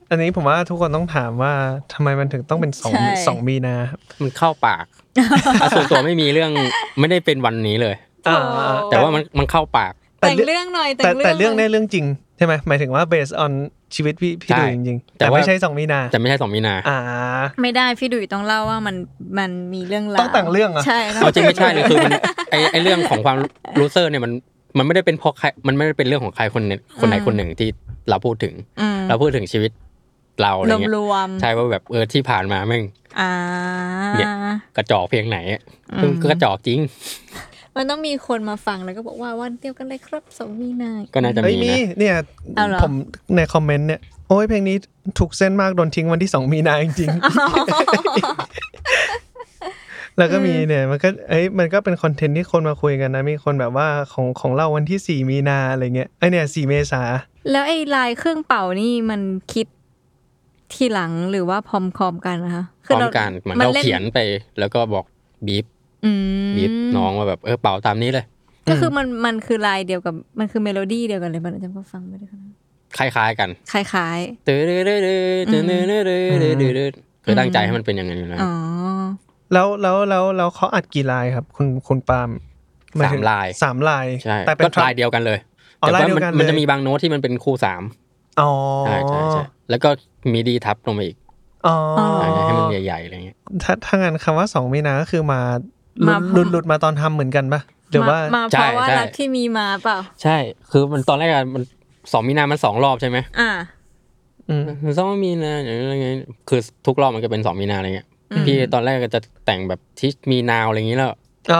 อันนี้ผมว่าทุกคนต้องถามว่าทำไมมันถึงต้องเป็นสอง
ใช่
สองมีนาครับ
มันเข้าปากอ่ะส่วนตัวไม่มีเรื่องไม่ได้เป็นวันนี้เลย
อ่า
แต่ว่ามันมันเข้าปาก
แต่งเรื่องหน่อย
แต่แต่เรื่อง
ห
ได้
น่ย
เรื่องจริงใช่ไหมหมายถึงว่า based on ชีวิตพี่พี่
ใช่
ดุยจริงๆ
แต่
แต่
ว่า
ไม่ใช่สองมีนา
แต่ไม่ใช่สองมีนา
อ่า
ไม่ได้พี่ดุยต้องเล่าว่ามันมันมีเรื่องราว
ต้องแต่งเรื่องเหรอ
ใช่ต้
เอาจริงไม่ใช่เลยคือมันไอไอเรื่องของความรู้เซอร์เนี่ยมันมันไม่ได้เป็นเพราะใครมันไม่ได้เป็นเรื่องของใครคนหนึ่งคนไหนคนหนึ่งที่เราพูดถึง
อืม
เราพูดถึงชีวิตเราอะไร
รวม
เงี้ย
รวมๆ
ใช่ว่าแบบเออที่ผ่านมาแม่ง
อ่า
เนี่ย กระจอกเพียงไหนอะซึ่งก็กระจอกจริง
มันต้องมีคนมาฟังแล้วก็บอกว่าวันเดียวกันเลยครับสองมีนา
ก็น่าจะ
เฮ้ย
มี
มี
นะ
เนี่ย
เอาเหรอ
ผมในคอมเมนต์เนี่ยโอ้ยเพลงนี้ถูกเส้นมากโดนทิ้งวันที่สองมีนาจริงๆ แล้วก็มีเนี่ยมันก็เอ้ยมันก็เป็นคอนเทนต์ที่คนมาคุยกันนะมีคนแบบว่าของของเราวันที่สี่มีนาอะไรเงี้ยไอเนี่ยสี่เมษา
แล้วไอ้ลายเครื่องเป่านี่มันคิดทีหลังหรือว่าพร้อมคอมๆกันนะคะ
พร้อมกันเหมือนเราเขียนไปแล้วก็บอกบีบ
อืม
บีบน้องว่าแบบเออเป่าตามนี้เลย
ก็คือมันมันคือลายเดียวกับมันคือเมโลดี้เดียวกันเลยมันอาจจะก็ฟังไม่ได้ขนาดนั้น
คล้ายๆกัน
คล้าย
เด้อเด้อเด้อเด้อเด้อเด้อเด้อเด้อเด้อเด้อคือตั้งใจให้มันเป็นอย่างนั้นอยู่แล้ว
ๆอ๋อ
แล้วแล้วแล้วแล้วเขาอัดกี่ลายครับ คุณคุณปาล์มห
สา
ถึ
ม
ง
ลาย
สามลาย
ใช่
แต่เป็
ก็
น
ลายเดียวกันเลย
อ๋อ
แต่
ลาย
ว่า
เดียว
มัน
กัน
มัน
เลย
จะมีบางโน้ตที่มันเป็นคู่สาม
อ๋อ
ใช่ใช่ใช่แล้วก็มีดีทับลงไปอีก
อ๋อ
ให้มันใหญ่ๆอะไรเงี้ย
ถ้าถ้างั้นคำว่าสองมีนาก็คือมาหลุดหลุดหลุดมาตอนทำเหมือนกันปะหรือว่า
มาเพราะว่า
ใช่ใช่
รักที่มีมาเปล่า
ใช่ คือมันตอนแรกอะมันสองมีนา มันสองรอบใช่ไหม
อ่า
อืม
สองมีนาอย่างเงี้ยคือทุกรอบมันก็เป็นสองมีนาอะไรเงี้ย พี่ตอนแรกก็จะแต่งแบบทิชมีนาวอะไรเงี้ยแล้ว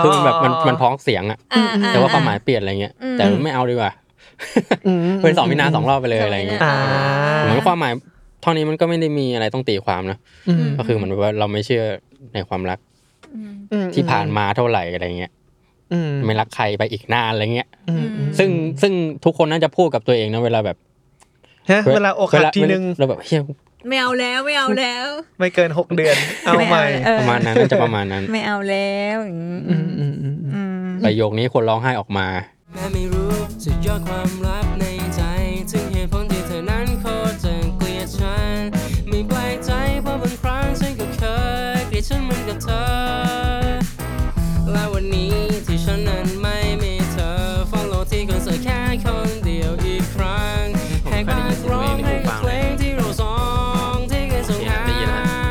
คือมันแบบมันมันพ้องเสียงอะ
อ่าอ่
แต่ว่าความหมายเปลี่ยนอะไรเงี้ย แต่ไม่เอาดีกว่า
อืม
เป็นสองมีนาสองรอบไปเลยอะไรเงี้ย
อ่า
เหมือนความหมายเท่านี้มันก็ไม่ได้มีอะไรต้องตีความนะ
อืม
ก็คือเหมือนว่าเราไม่เชื่อในความรัก
อืม
ที่ผ่านมาเท่าไหร่อะไรเงี้ย
อืม
ไม่รักใครไปอีกนานอะไรเงี้ย
อืม
ซึ่งซึ่งทุกคนน่าจะพูดกับตัวเองนะเวลาแบบ
ฮะเวลาอกหักทีนึง
เราแบบเฮีย
ไม่เอาแล้วไม่เอาแล้ว
ไม่เกินหกเดือน เอาใหม่
เออ
ประมาณนั้นน่าจะประมาณนั้น
ไม่เอาแล้วอย่างงี้
อืมอืมอืม
อืม
ประโยคนี้คนร้องไห้ออกมา
แม้ไม่รู้สุดยอดความลับในใจ ถึงเหตุผลที่เธอนั้นโคตรจะเกลียดฉัน ไม่แปลกใจเพราะบางครั้งฉันก็เคยเกลียดฉันเหมือนกับเธอ และวันนี้ที่ฉันนั้นไม่มีเธอ follow ที่คอนเสิร์ตแค่คนเดียวอีกครั้งแหกปากร้องให้กับเพลงที่เราสองที่เคยส่งหา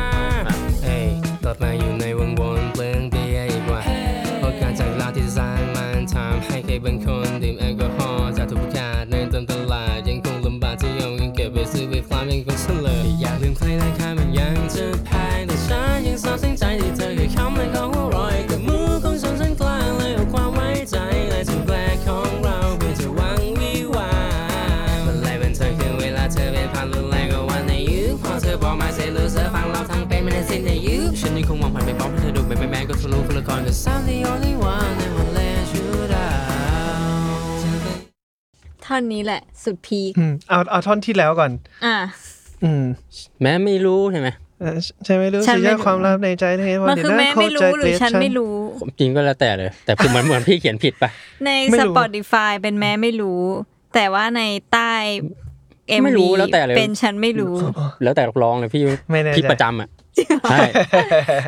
เอ้ยกลับมาอยู่ในวงวนเปลืองเบียร์อีกว่าเพราะการจากลาที่สร้างมันทำให้ใครบางคนดื่มแอลกอฮอล์จากทุกญาติในตอนตลาดยังคงลำบากที่ยอมเงินเก็บไปซื้อไปฟาร์มยังคงเสลออยากลืมใครราคามันยังจะแพงแต่ฉันยังซาบซึ้งใจที่เธอเคยคำและของอร่อยกับมือของฉันฉันกลางเลยเอาความไว้ใจและสิ่งแปลกของเราเพื่อจะหวังวิวาห์มันเลยเป็นเธอคือเวลาเธอเป็นพันรุนแรงกว่าวันในยุคพอเธอบอกมาเสียรู้เสือฟังเราทั้งเป็นไม่ได้สิ้นในยุคฉันยังคงมองผ่านไปพร้อมให้เธอดูเป็นแมนก็ทะลุคนละกรกับ sound the only one that will let you down
ท่อนนี้แหละสุดพีค
อืมเอาเอาท่อนที่แล้วก่อน
อ่ะ
อืม
แม้ไม่รู้ใช่ไหม
เออฉันไม่รู้
ฉัน
สิ
ไม่รู้
ยอดความลับในใจเธอ
มันคือแม่ไม่รู้หรือฉันไม่รู้
ผมจริงก็แล้วแต่เลย แต่ผมเหมือนเหมือนพี่เขียนผิดปะ
ใน
ไม่รู้
Spotify เป็นแม่ไม่รู้ แต่ว่าในใต้ MV
ไม่รู้แล้วแต่เลย
เป็นฉันไม่ รู้
แล้วแต่นักร้องเลยพี่
ไม่แน่ใจ
พี่ประจำอ่ะใช่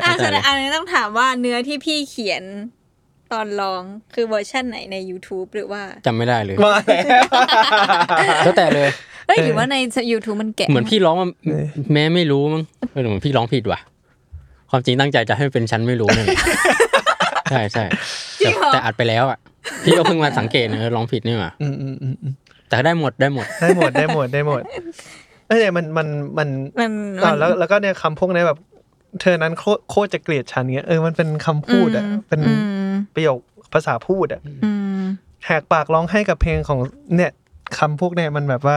อ่ะแส
แล้วแต่
ด
เลย
งอันนี้ต้องถามว่าเนื้อที่พี่เขียนตอนร้องคือเวอร์ชั่นไหนใน YouTube หรือว่า
จำไม่ได้เลย
มาแล้ว
แล้วแต่เลย
เอ้ย
เออ
หรือว่าใน YouTube มันแกะ
เหมือนพี่ร้องว่า
เออ
แม้ไม่รู้มั้งเออเหมือนพี่ร้องผิดว่ะ ความจริงตั้งใจจะให้มันเป็นชั้นไม่รู้นั่นแหละ ใช่ใช่
จริง
แต่
เหรอ
แต่อัดไปแล้วอ่ะ พี่ก็เพิ่งมาสังเกตนะเออร้องผิดนี่หว่า
อืมอืมอืมอืม
แต่ได้หมดได้หมด
ได้หมดได้หมดได้หมดเอ้ยเนี่ยมันมันมัน
มัน
อ่ะ
มัน
แล้วแล้วก็เนี่ยคำพวกนี้แบบ เธอนั้นโคตรโคตรจะเกลียดฉันเงี้ยเออมันเป็นคำพูดอ่ะ
อืม
เป็น
อืม
ประโยคภาษาพูดอ่ะ
อืม
แหกปากร้องให้กับเพลงของเนี่ยคำพวกเนี่ยมันแบบว่า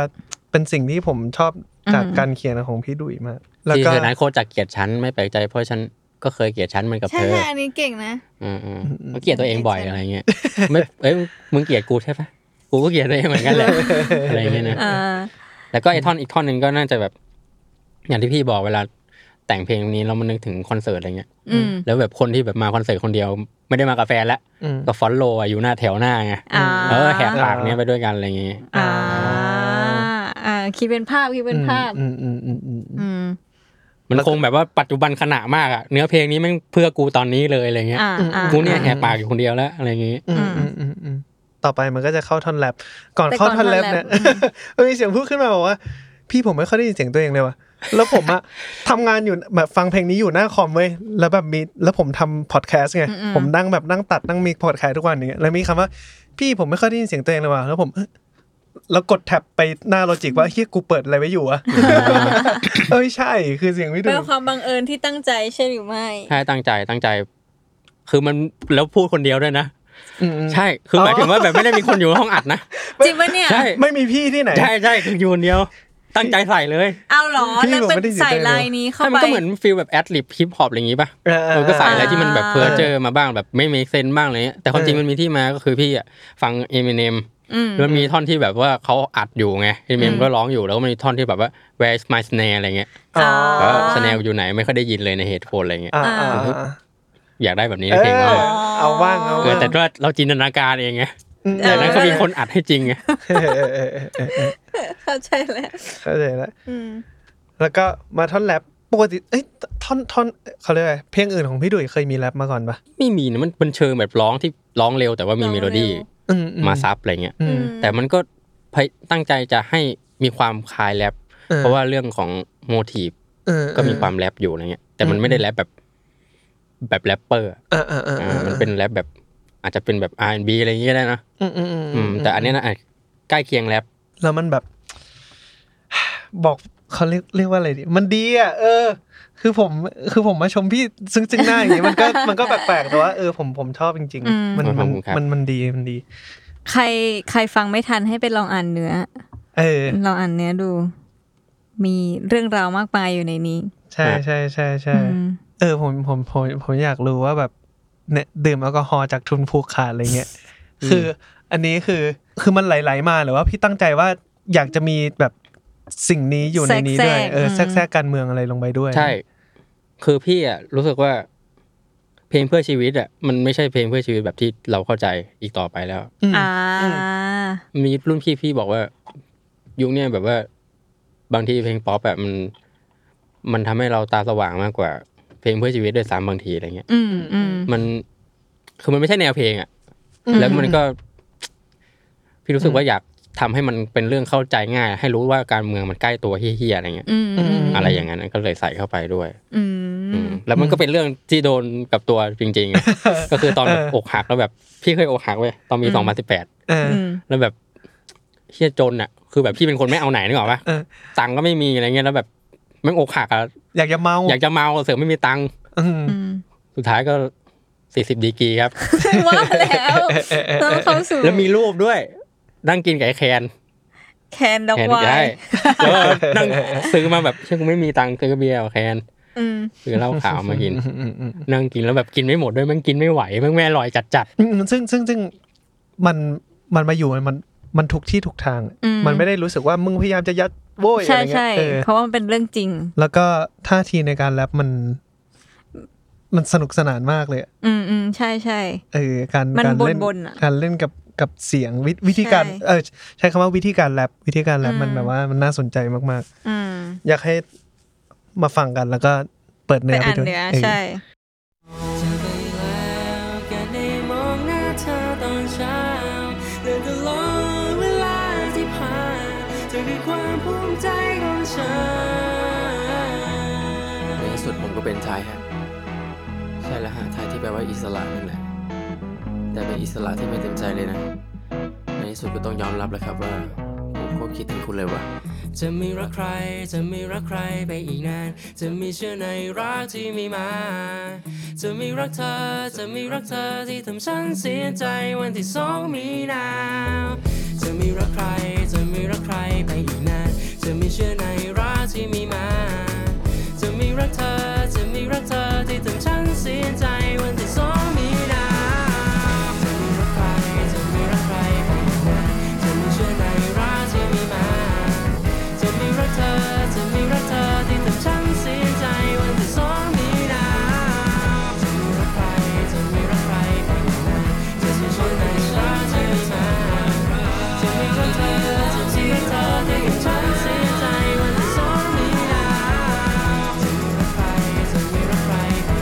เป็นสิ่งที่ผมชอบจาก
อืม
การเขียนของพี่ดุยมากแล้ว
ที่
ก็
เธอนั้นโคตรจะเกลียดฉันไม่แปลกใจเพราะฉันก็เคยเกลียดฉันเหมันกับ
ใช่
เธอ
ใช่อันนี้เก่งนะ
อืมอืมก็เกลียดตัวเองบ่อยอะไรเงี้ยไม่ เอ้ยมึงเกลียดกูใช่ปะกูก็เกลียดตัวเองเหมือนกันแหละอะไรเงี้ยนะ
เออ
แล้วก็ไอท่อนอีกท่อนหนึ่งก็น่าจะแบบ อย่างที่พี่บอกเวลาแต่งเพลงนี้เรามันนึกถึงคอนเสิร์ตอะไรเงี้ย
อืม
แล้วแบบคนที่แบบมาคอนเสิร์ตคนเดียว ไม่ได้มากับแฟนแล้ว
อืม
ก็ฟอนโลอะอยู่หน้าแถวหน้าไง
อ่า
เออแหกปากเนี้ยไปด้วยกันอะไรเงี้ย
อ่าอ่าคิดเป็นภาพคิดเป็นภาพ
อืมอืมอืมอืมอืม
อืม
มันคงแบบว่าปัจจุบันขณะมากอะเนื้อเพลงนี้แม่งเพื่อกูตอนนี้เลยอะไรเงี้ย
อ่าอ่า
กูเนี่ยแหกปากอยู่คนเดียวแล้วอะไรเงี้ย
อืมอืมอืมอืมต่อไปมันก็จะเข้าท่อนแรปก่อนเข้าท่อนแรปเนี่ย
แต่ก่อนท่อนแรป
เอ อมีเสียงพูดขึ้นมาบอกว่า พี่ผมไม่ค่อยได้ยินเสียงตัวเองเลยว่ะแล้วผม อะ ทำงานอยู่แบบฟังเพลงนี้อยู่หน้าคอมเว้ยแล้วแบบมีแล้วผมทำพอดแคสต์ไง
อืมอืม
ผมนั่งแบบนั่งตัดนั่งมีพอดแคสต์ทุกวันอย่างเงี้ยแล้วมีคำว่า พี่ผมไม่ค่อยได้ยินเสียงตัวเองเลยว่ะแล้วผมเอ๊ะแล้วกดแท็บไปหน้าโลจิกว่าเฮียกูเปิดอะไรไว้อยู่อะ เอ้ยใช่คือเสียงวิดู
เป็นความบังเอิญที่ตั้งใจใช่หรือไม่
ใช่ตั้งใจตั้งใจ คือมันแล้วพูดคนเดียวด้วยนะ
อืมอืม
ใช่คือหมายถึงว่าแบบไม่ได้มีคนอยู่ในห้องอัดนะ
จริงปะเนี่ย
ใช่
ไม่มีพี่ที่ไหน
ใช่ใช่คืออยู่คนเดียว ตั้งใจใส่เลย
เอาเหรอ
พี่
แล้ว
ผม
เป็น
ไม่ได้เสีย
ใส่
ใจเลย
ลายนี้เข้า
ใช่
ไป
มันก็เหมือนฟีลแบบแอดลิปฮิปฮอปอะไรอย่างงี้ป่ะ
เออ
เออก็ใส่อะไรที่มันแบบ
อ่า
เพอเจอมาบ้างแบบไม่เมคเซนบ้างอะไรเงี้ยแต่ความจริงมันมีที่มาก็คือพี่อะฟังเอมิเนม
อืม
แล้วมันมีท่อนที่แบบว่าเขาอัดอยู่ไงเอมิเน
อื
ม
ม
ก็ร้องอยู่แล้วก็มันมีท่อนที่แบบว่า where is my snare อะไรเงี้ย
อ๋อ
แล้วสแนลอยู่ไหนไม่ค่อยได้ยินเลยในเฮดโฟนอะไรเงี้ย
อ่า
อ่า
อ่า
อยากได้แบบนี้ใน
เอ
เพลง
อ
เขาเลย
เอาว่างเอา
เอ
ว่าง
อแต่ว่าเราจินตนาการเองไง
อืม
อ
แต่
อ
นั้นก็มีคนอัดให้จริงไง
เออเออเออเออเออเออ
เข้าใจแล้ว
เข้าใจแล้ว
อืม
แล้วก็มาท่อนแรปปกติเอ้ยท่อนท่อนเขาเรียกอะไรเพลงอื่นของพี่ดุยเคยมีแรปมาก่อนปะ
ไม่มีนะมันเป็นเชิงแบบร้องที่ร้องเร็ว แต่ว่ามี
ร้อง
เม
เร็ว
โลดี้
อือื
มาซับอะไรเงี้ย
อืม
แต่มันก็พยตั้งใจจะให้มีความคล้ายแรป
ออ
เพราะว่าเรื่องของโมทีฟ
เออ
ก็มีความแรปอยู่อะไรเงี้ย แต่มันไม่ได้แรปแบบ แบบแรปเปอร์
เออเออเออ
อ่ามันเป็นแรปแบบ อาจจะเป็นแบบ R&B อะไรอย่างเงี้ยก็ได้นะ
อืมอืมอืม
อืมแต่อันเนี้ยนะอ่ะใกล้เคียงแรป
แล้วมันแบบ บอกเขาเรียกเรียกว่าอะไรดี มันดีอ่ะเออ คือผมคือผมมาชมพี่ซึ้งซึ้งหน้าอย่างงี้มันก็มันก็แปลกๆแต่ว่าเออผมผมชอบจริง
อืม
ๆ มันมันมันมันดีมันดี
ใครใครฟังไม่ทันให้ไปลองอ่านเนื้อ
เออ
ลองอ่านเนื้อดู มีเรื่องราวมากมายอยู่ในนี้
ใช่ใช่ใช่ใช่
อืม
เออผมผมผมผมอยากรู้ว่าแบบเนี่ยดื่มแอลกอฮอล์จากทุนผูกขาดอะไรเงี้ยคืออันนี้คือคือมันไหลๆมาหรือว่าพี่ตั้งใจว่าอยากจะมีแบบสิ่งนี้อยู่ในนี้ด้วย
แทรกๆ
เออ
ม
แทรกแทรกการเมืองอะไรลงไปด้วย
ใช่ คือพี่อ่ะรู้สึกว่า เพลงเพื่อชีวิตอ่ะมันไม่ใช่เพลงเพื่อชีวิตแบบที่เราเข้าใจอีกต่อไปแล้ว
อืม
อ่า
มีรุ่นพี่พี่บอกว่า ยุคเนี้ยแบบว่า บางทีเพลงป๊อปแบบมัน มันทำให้เราตาสว่างมากกว่า เพลงเพื่อชีวิตด้วยซ้ำบางทีอะไรเงี้ย
อืมอืม
มันคือมันไม่ใช่แนวเพลงอะ
อืม
แล้วมันก็ พี่รู้สึ
อืม
กว่าอยากทำให้มันเป็นเรื่องเข้าใจง่าย ให้รู้ว่าการเมืองมันใกล้ตัวเฮี้ยๆอะไรเงี้ย
อืมอืม
อะไรอย่างนั้นก็เลยใส่เข้าไปด้วย
อื
อื
ม
มแล้วมันก็เป็นเรื่องที่โดนกับตัวจริงๆอะก็คือตอนแบบอกหักแล้วแบบ พี่เคยอกหักเว้ยตอนปี
อืม
สองพันสิบแปด
เออ
อืม
แล้วแบบเฮี้ยจนอะคือแบบพี่เป็นคนไม่เอาไหนนึกออกปะ
เออ
ตังค์ก็ไม่มีอะไรเงี้ยแล้วแบบแม่งอกหักอะ
อยากจะเมา
อยากจะเมาเสือกไม่มีตังค์
อืม
อืม
สุดท้ายก็สี่สิบดีกรีครับ
ว่าแล้วต้องเข้าสู่
แล้วมีรูปด้วย นั่งกินกับไอ้แคน
แคนดอก
แคน
ไวา
ใช่
ย
แล้วก็นั่งซื้อมาแบบเชื่อกูไม่มีตังค์ซื้อเบียร์กับแคน
อืม
ซื้อเหล้าขาวมากิ น
อืมอืมอืม
นั่งกินแล้วแบบกินไม่หมดด้วยแมันกินไม่ไหวแมันแม่ลอยจัดจัด
อืมซึ่งซึ่งซึ่งมันมันมาอยู่มัน มันถูกที่ถูกทาง
อืม
มันไม่ได้รู้สึกว่ามึงพยายามจะยัดโว้ยอะ
ใช่
ไรเงี้
ใช่
ยเออ
เพราะว่ามันเป็นเรื่องจริง
แล้วก็ท่าทีในการแรปมัน มันสนุกสนานมากเลยอะ
อืมอืมใช่ใช่
เออการ
มัน
การเล่น
บนๆอะ
การเล่นกับกับเสียงวิวิธีการ
ใช่
เออใช้คำว่าวิธีการแรปวิธีการแรปมัน
อืม
แบบว่ามันน่าสนใจมาก
อืม
ๆ อยากให้มาฟังกันแล้วก็เปิด
ไป
เนื้อไป
อ่าน
ดู
เนื้อ
เออ
ใช่
เธอไปแล้วแค่ได้มองหน้าเธอตอนเช้าเดินตลอดเวลาที่ผ่านเธอคือความภูมิใจของฉัน
ในที่สุดผมก็เป็นไทยฮะ ใช่แล้วฮะไทยที่แปลว่าอิสระนั่นแหละ แต่เป็นอิสระที่ไม่เต็มใจเลยนะ ในที่สุดก็ต้องยอมรับแหละครับว่า ผมโคตรคิดถึงคุณเลยว่ะ
จะไม่รักใคร จะไม่รักใครไปอีกนาน จะไม่เชื่อในรักที่มีมา จะไม่รักเธอ จะไม่รักเธอที่ทำฉันเสียใจวันที่สองมีนา จะไม่รักใคร จะไม่รักใครไปอีกนาน จะไม่เชื่อในรักที่มีมา จะไม่รักเธอ จะไม่รักเธอที่ทำฉันเสียใจวันที่สองมีนา จะไม่รักใคร จะไม่รักใครไปอีกนานจะไม่เชื่อในรักที่มีมา จะมีรักเธอ จะมีรักเธอที่ทำฉันเสียใจวันที่สองมีนาจะมีรักใคร จะมีรักใครไปอีกนานจะไม่ช่วยในฉันจะมีมาจะมีรักเธอ จะมีรักเธอที่ทำฉันเสียใจวันที่สองมีนาจะมีรักใคร จะมีรักใครไปอีก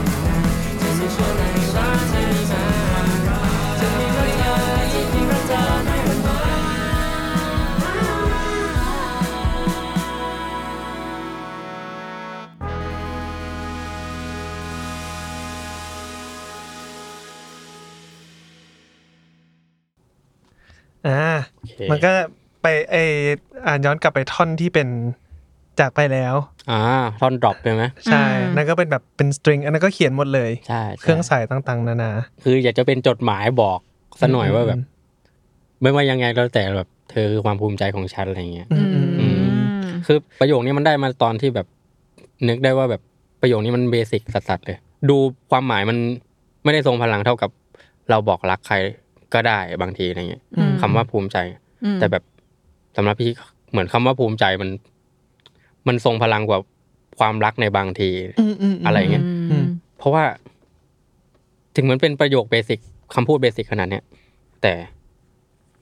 นานจะไม่ช่วยในฉันจะมีมาจะมีรักเธอ จะมีรักเธอไม่วัน
อ่า
โอเค
มันก็ไปเอออ่านย้อนกลับไปท่อนที่เป็นจากไปแล้ว
อ่าท่อนดรอปใช่ไหม
ใช่
อืม
นั่นก็เป็นแบบเป็นสตริงอันนั้นก็เขียนหมดเลย
ใช่
เครื่อง
ใช่
สายต่างๆ นานา
คืออยากจะเป็นจดหมายบอกสะหน่อยว่าแบบ ไม่ว่ายังไงก็แล้วแต่แบบเธอคือความภูมิใจของฉันอะไรเงี้ย
อืมอืมอืม
อืม
คือประโยคนี้มันได้มาตอนที่แบบนึกได้ว่าแบบประโยคนี้มันเบสิกสัสๆเลย ดูความหมายมันไม่ได้ทรงพลังเท่ากับ เราบอกรักใครก็ได้บางทีอะไรเงี้ย
อืม
คำว่าภูมิใจ
อืม
แต่แบบสำหรับพี่เหมือนคำว่าภูมิใจมัน มันทรงพลังกว่าความรักในบางที
อืมอืม
อะไรเงี้ย
อืม
เพราะว่า ถึงมันเป็นประโยคเบสิกคำพูดเบสิกขนาดเนี้ยแต่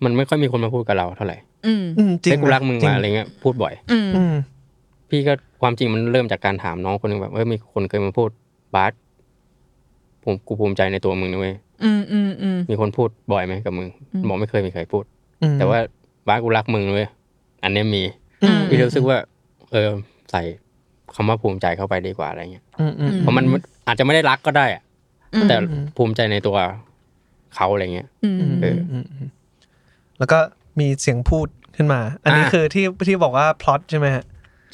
มันไม่ค่อยมีคนมาพูดกับเราเท่าไหร่
อืม
อืมจริง
เฮ้ยกูรักมึง
จ
ว่ะอะไรเงี้ยพูดบ่อย
อืม
อืม
พี่ก็ความจริงมันเริ่มจากการถามน้องคนหนึ่งแบบเอ้ยมีคนเคยมาพูดบาสผมกูภูมิใจในตัวมึงนะเว้ย
อืมอืมอืม
มีคนพูดบ่อยไหมกับมึง
อืม
บอกไม่เคยมีใครพูด
อืม
แต่ว่าบาสกูรักมึงนะเว้ยอันเนี้ยมี
อืม
พี่รู้สึกว่า เออใส่คำว่าภูมิใจเข้าไปดีกว่าอะไรเงี้ย
อืมอืม
เพราะมันอาจจะไม่ได้รักก็ได้อะ
อืม
แต่
อืม
ภูมิใจในตัวเขาอะไรเงี้ย
อืม
เออ
มอืมแล้วก็มีเสียงพูดขึ้นมา อันนี้
อ่า
คือที่ที่บอกว่าพล็อตใช่ไหมฮะ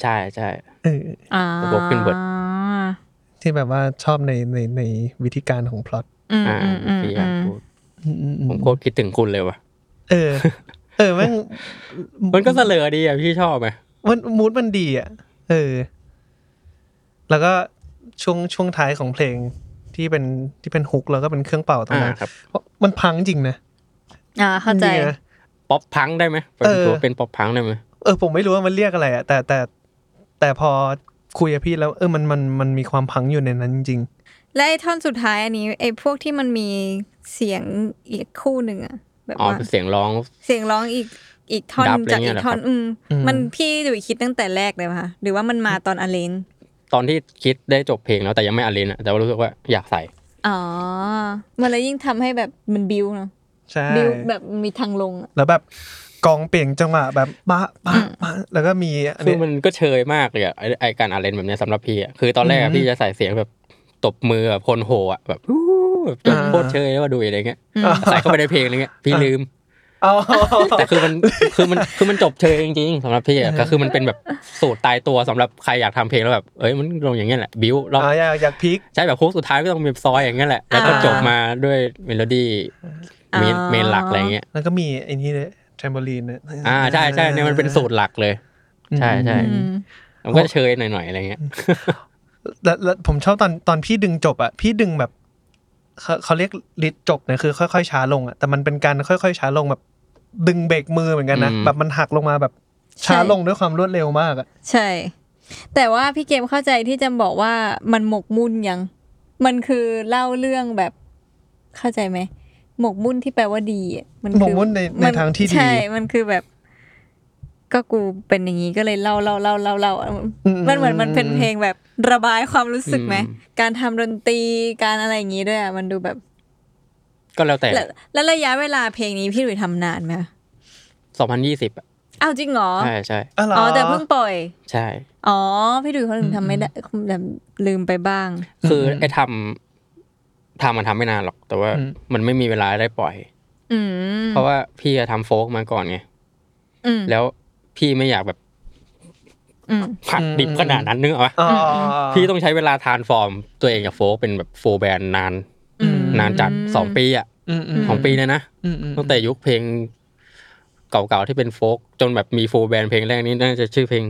ใช่ใช่
เออ
อ่า
ระบบขึ้นเบิด
ที่แบบว่าชอบในในในวิธีการของพล็อต
อืม
อ่า
อืมอืม
พี่อ
อื
ยาก
ม
พูด
อือือื
ผมโคตรคิดถึงคุณเลยว่ะ
เออ เอ อแม่ง
มันก็เสลอดีอ่ะพี่ชอบไหม
มันมูดมันดีอ่ะ เออ แล้วก็ช่วงช่วงท้ายของเพลงที่เป็นที่เป็นฮุกแล้วก็เป็นเครื่องเป่าตรง
อ่า
นั้น
ครับ
เพราะมันพังจริงนะ
อ่าเข้าใจ
จริงๆนะ
ป๊อปพังได้ไหม
เออ
ถือว่าเป็นป๊อปพังได้ไหม
เออผมไม่รู้ว่ามันเรียกอะไรอ่ะแต่แต่แต่พอคุยกับพี่แล้วเออมันมันมันมีความพังอยู่ในนั้นจริง
และไอ้ท่อนสุดท้ายอันนี้ไอ้พวกที่มันมีเสียงอีกคู่หนึ่งอะแบบ
อ๋อ
ว่า
เป็นเสียงร้อง
เสียงร้องอีกอีกท่อน
ดับอะไร
จากอี
เงี้ย
ก
เหรอ
ท่อน
ครับ
อืม
อืม
มันพี่ดูคิดตั้งแต่แรกเลยป่ะคะหรือว่ามันมาตอนอเลน
ตอนที่คิดได้จบเพลงแล้วแต่ยังไม่อาลินอะแต่ว่ารู้สึกว่าอยากใส่
อ๋อ มันเลยยิ่งทำให้แบบมันบิวเนาะ
ๆ ใช่
บิวแบบมีทางลงอะ
แล้วแบบกองเปลี่ยงจังหวะแบบปะปะปะแล้วก็มีอัน
คื
นี้
อมันก็เชยมากเลยอะไอ้ไอการอาลินแบบเนี้ยสำหรับพี่อะคือตอนแรก
อื
อะ
ม
พี่จะใส่เสียงแบบตบมือแบบคนโหอะแบบอู้แบบจน
อ่า
โคตรเชยแล้วว่าดูอะไรเงี้ย
อืม
ใส่เข้าไปในเพลงอะไรเงี้ยพี่ลืม
เอา
แต่คือมันคือมันคือมันจบเชยจริงๆสำหรับพี่อะก็คือมันเป็นแบบสูตรตายตัวสำหรับใครอยากทำเพลงแล้วแบบเอ้ยมันลงอย่างเงี้ยแหละบิวเรา
อ่าอยากอยากพีค
ใช่แบบโค้งสุดท้ายก็ต้องมีซอยอย่างเงี้ยแหละแล้วก็
อ่า
จบมาด้วยเมโลดี้เมน
อ๋อ
เมนหลักอะไรเงี้ย
แล้วก็มีไอ้นี่เลยแทมโบลีนเนี่ย
อ่าใช่ใช่เนี่ยมันเป็นสูตรหลักเลย ใช่ใช่
อืม
มันก็เชยหน่อยๆอะไรเงี้ย
แล้วแล้วผมชอบตอนตอนพี่ดึงจบอ่ะ พี่ดึงแบบเขาเขาเรียกลิดจบเนี่ยคือค่อยๆช้าลงอ่ะ แต่มันเป็นการค่อยๆช้าลงแบบ ดึงเบรกมือเหมือนกันนะ
อืม
แบบมันหักลงมาแบบช้า
ใช่
ลงด้วยความรวดเร็วมากอะ
ใช่ แต่ว่าพี่เกมเข้าใจที่จะบอกว่ามันหมกมุ่นยัง มันคือเล่าเรื่องแบบเข้าใจไหมหมกมุ่นที่แปลว่าดีอะมันคือ
หมกมุ่นในในทางที่ดี
ใช่ มันคือแบบ ก็กูเป็นอย่างนี้ก็เลยเล่าเล่าเล่าเล่าเล่ามันเหมือนมันเป็นเพลงแบบระบายความรู้สึกไหม
อืม
การทำดนตรีการอะไรอย่างนี้ด้วยอะมันดูแบบ
ก็แล้วแต่
แล้วแล้วระยะเวลาเพลงนี้พี่หลุยทำนานไหม
สองพันยี่สิบ
อ้าวจริงเหรอ
ใช่ใช่
อ๋อเหร
อ๋
อ
อแต่
แต่
เพิ่งปล่อย
ใช่
อ๋อ พี่ดุยเขาถึงทำไม่ได้แบบลืมไปบ้าง
คือไอ้ทำทำมันทำไม่นานหรอก แต่ว่ามันไม่มีเวลาได้ปล่อย
อืม
เพราะว่าพี่อะทำโฟกมาก่อนไง
อืม
แล้วพี่ไม่อยากแบบ
อืม
ผัดดิบขนาดนั้นนึกออกปะพี่ต้องใช้เวลาทานฟอร์ม ตัวเองกับโฟกเป็นแบบโฟแบนนาน
อืม
นานจัดสองปีอ่ะของปีเลยนะตั้งแต่ยุคเพลงเก่าๆที่เป็นโฟกจนแบบมีโฟแบนเพลงแรกนี้น่าจะชื่อเพลง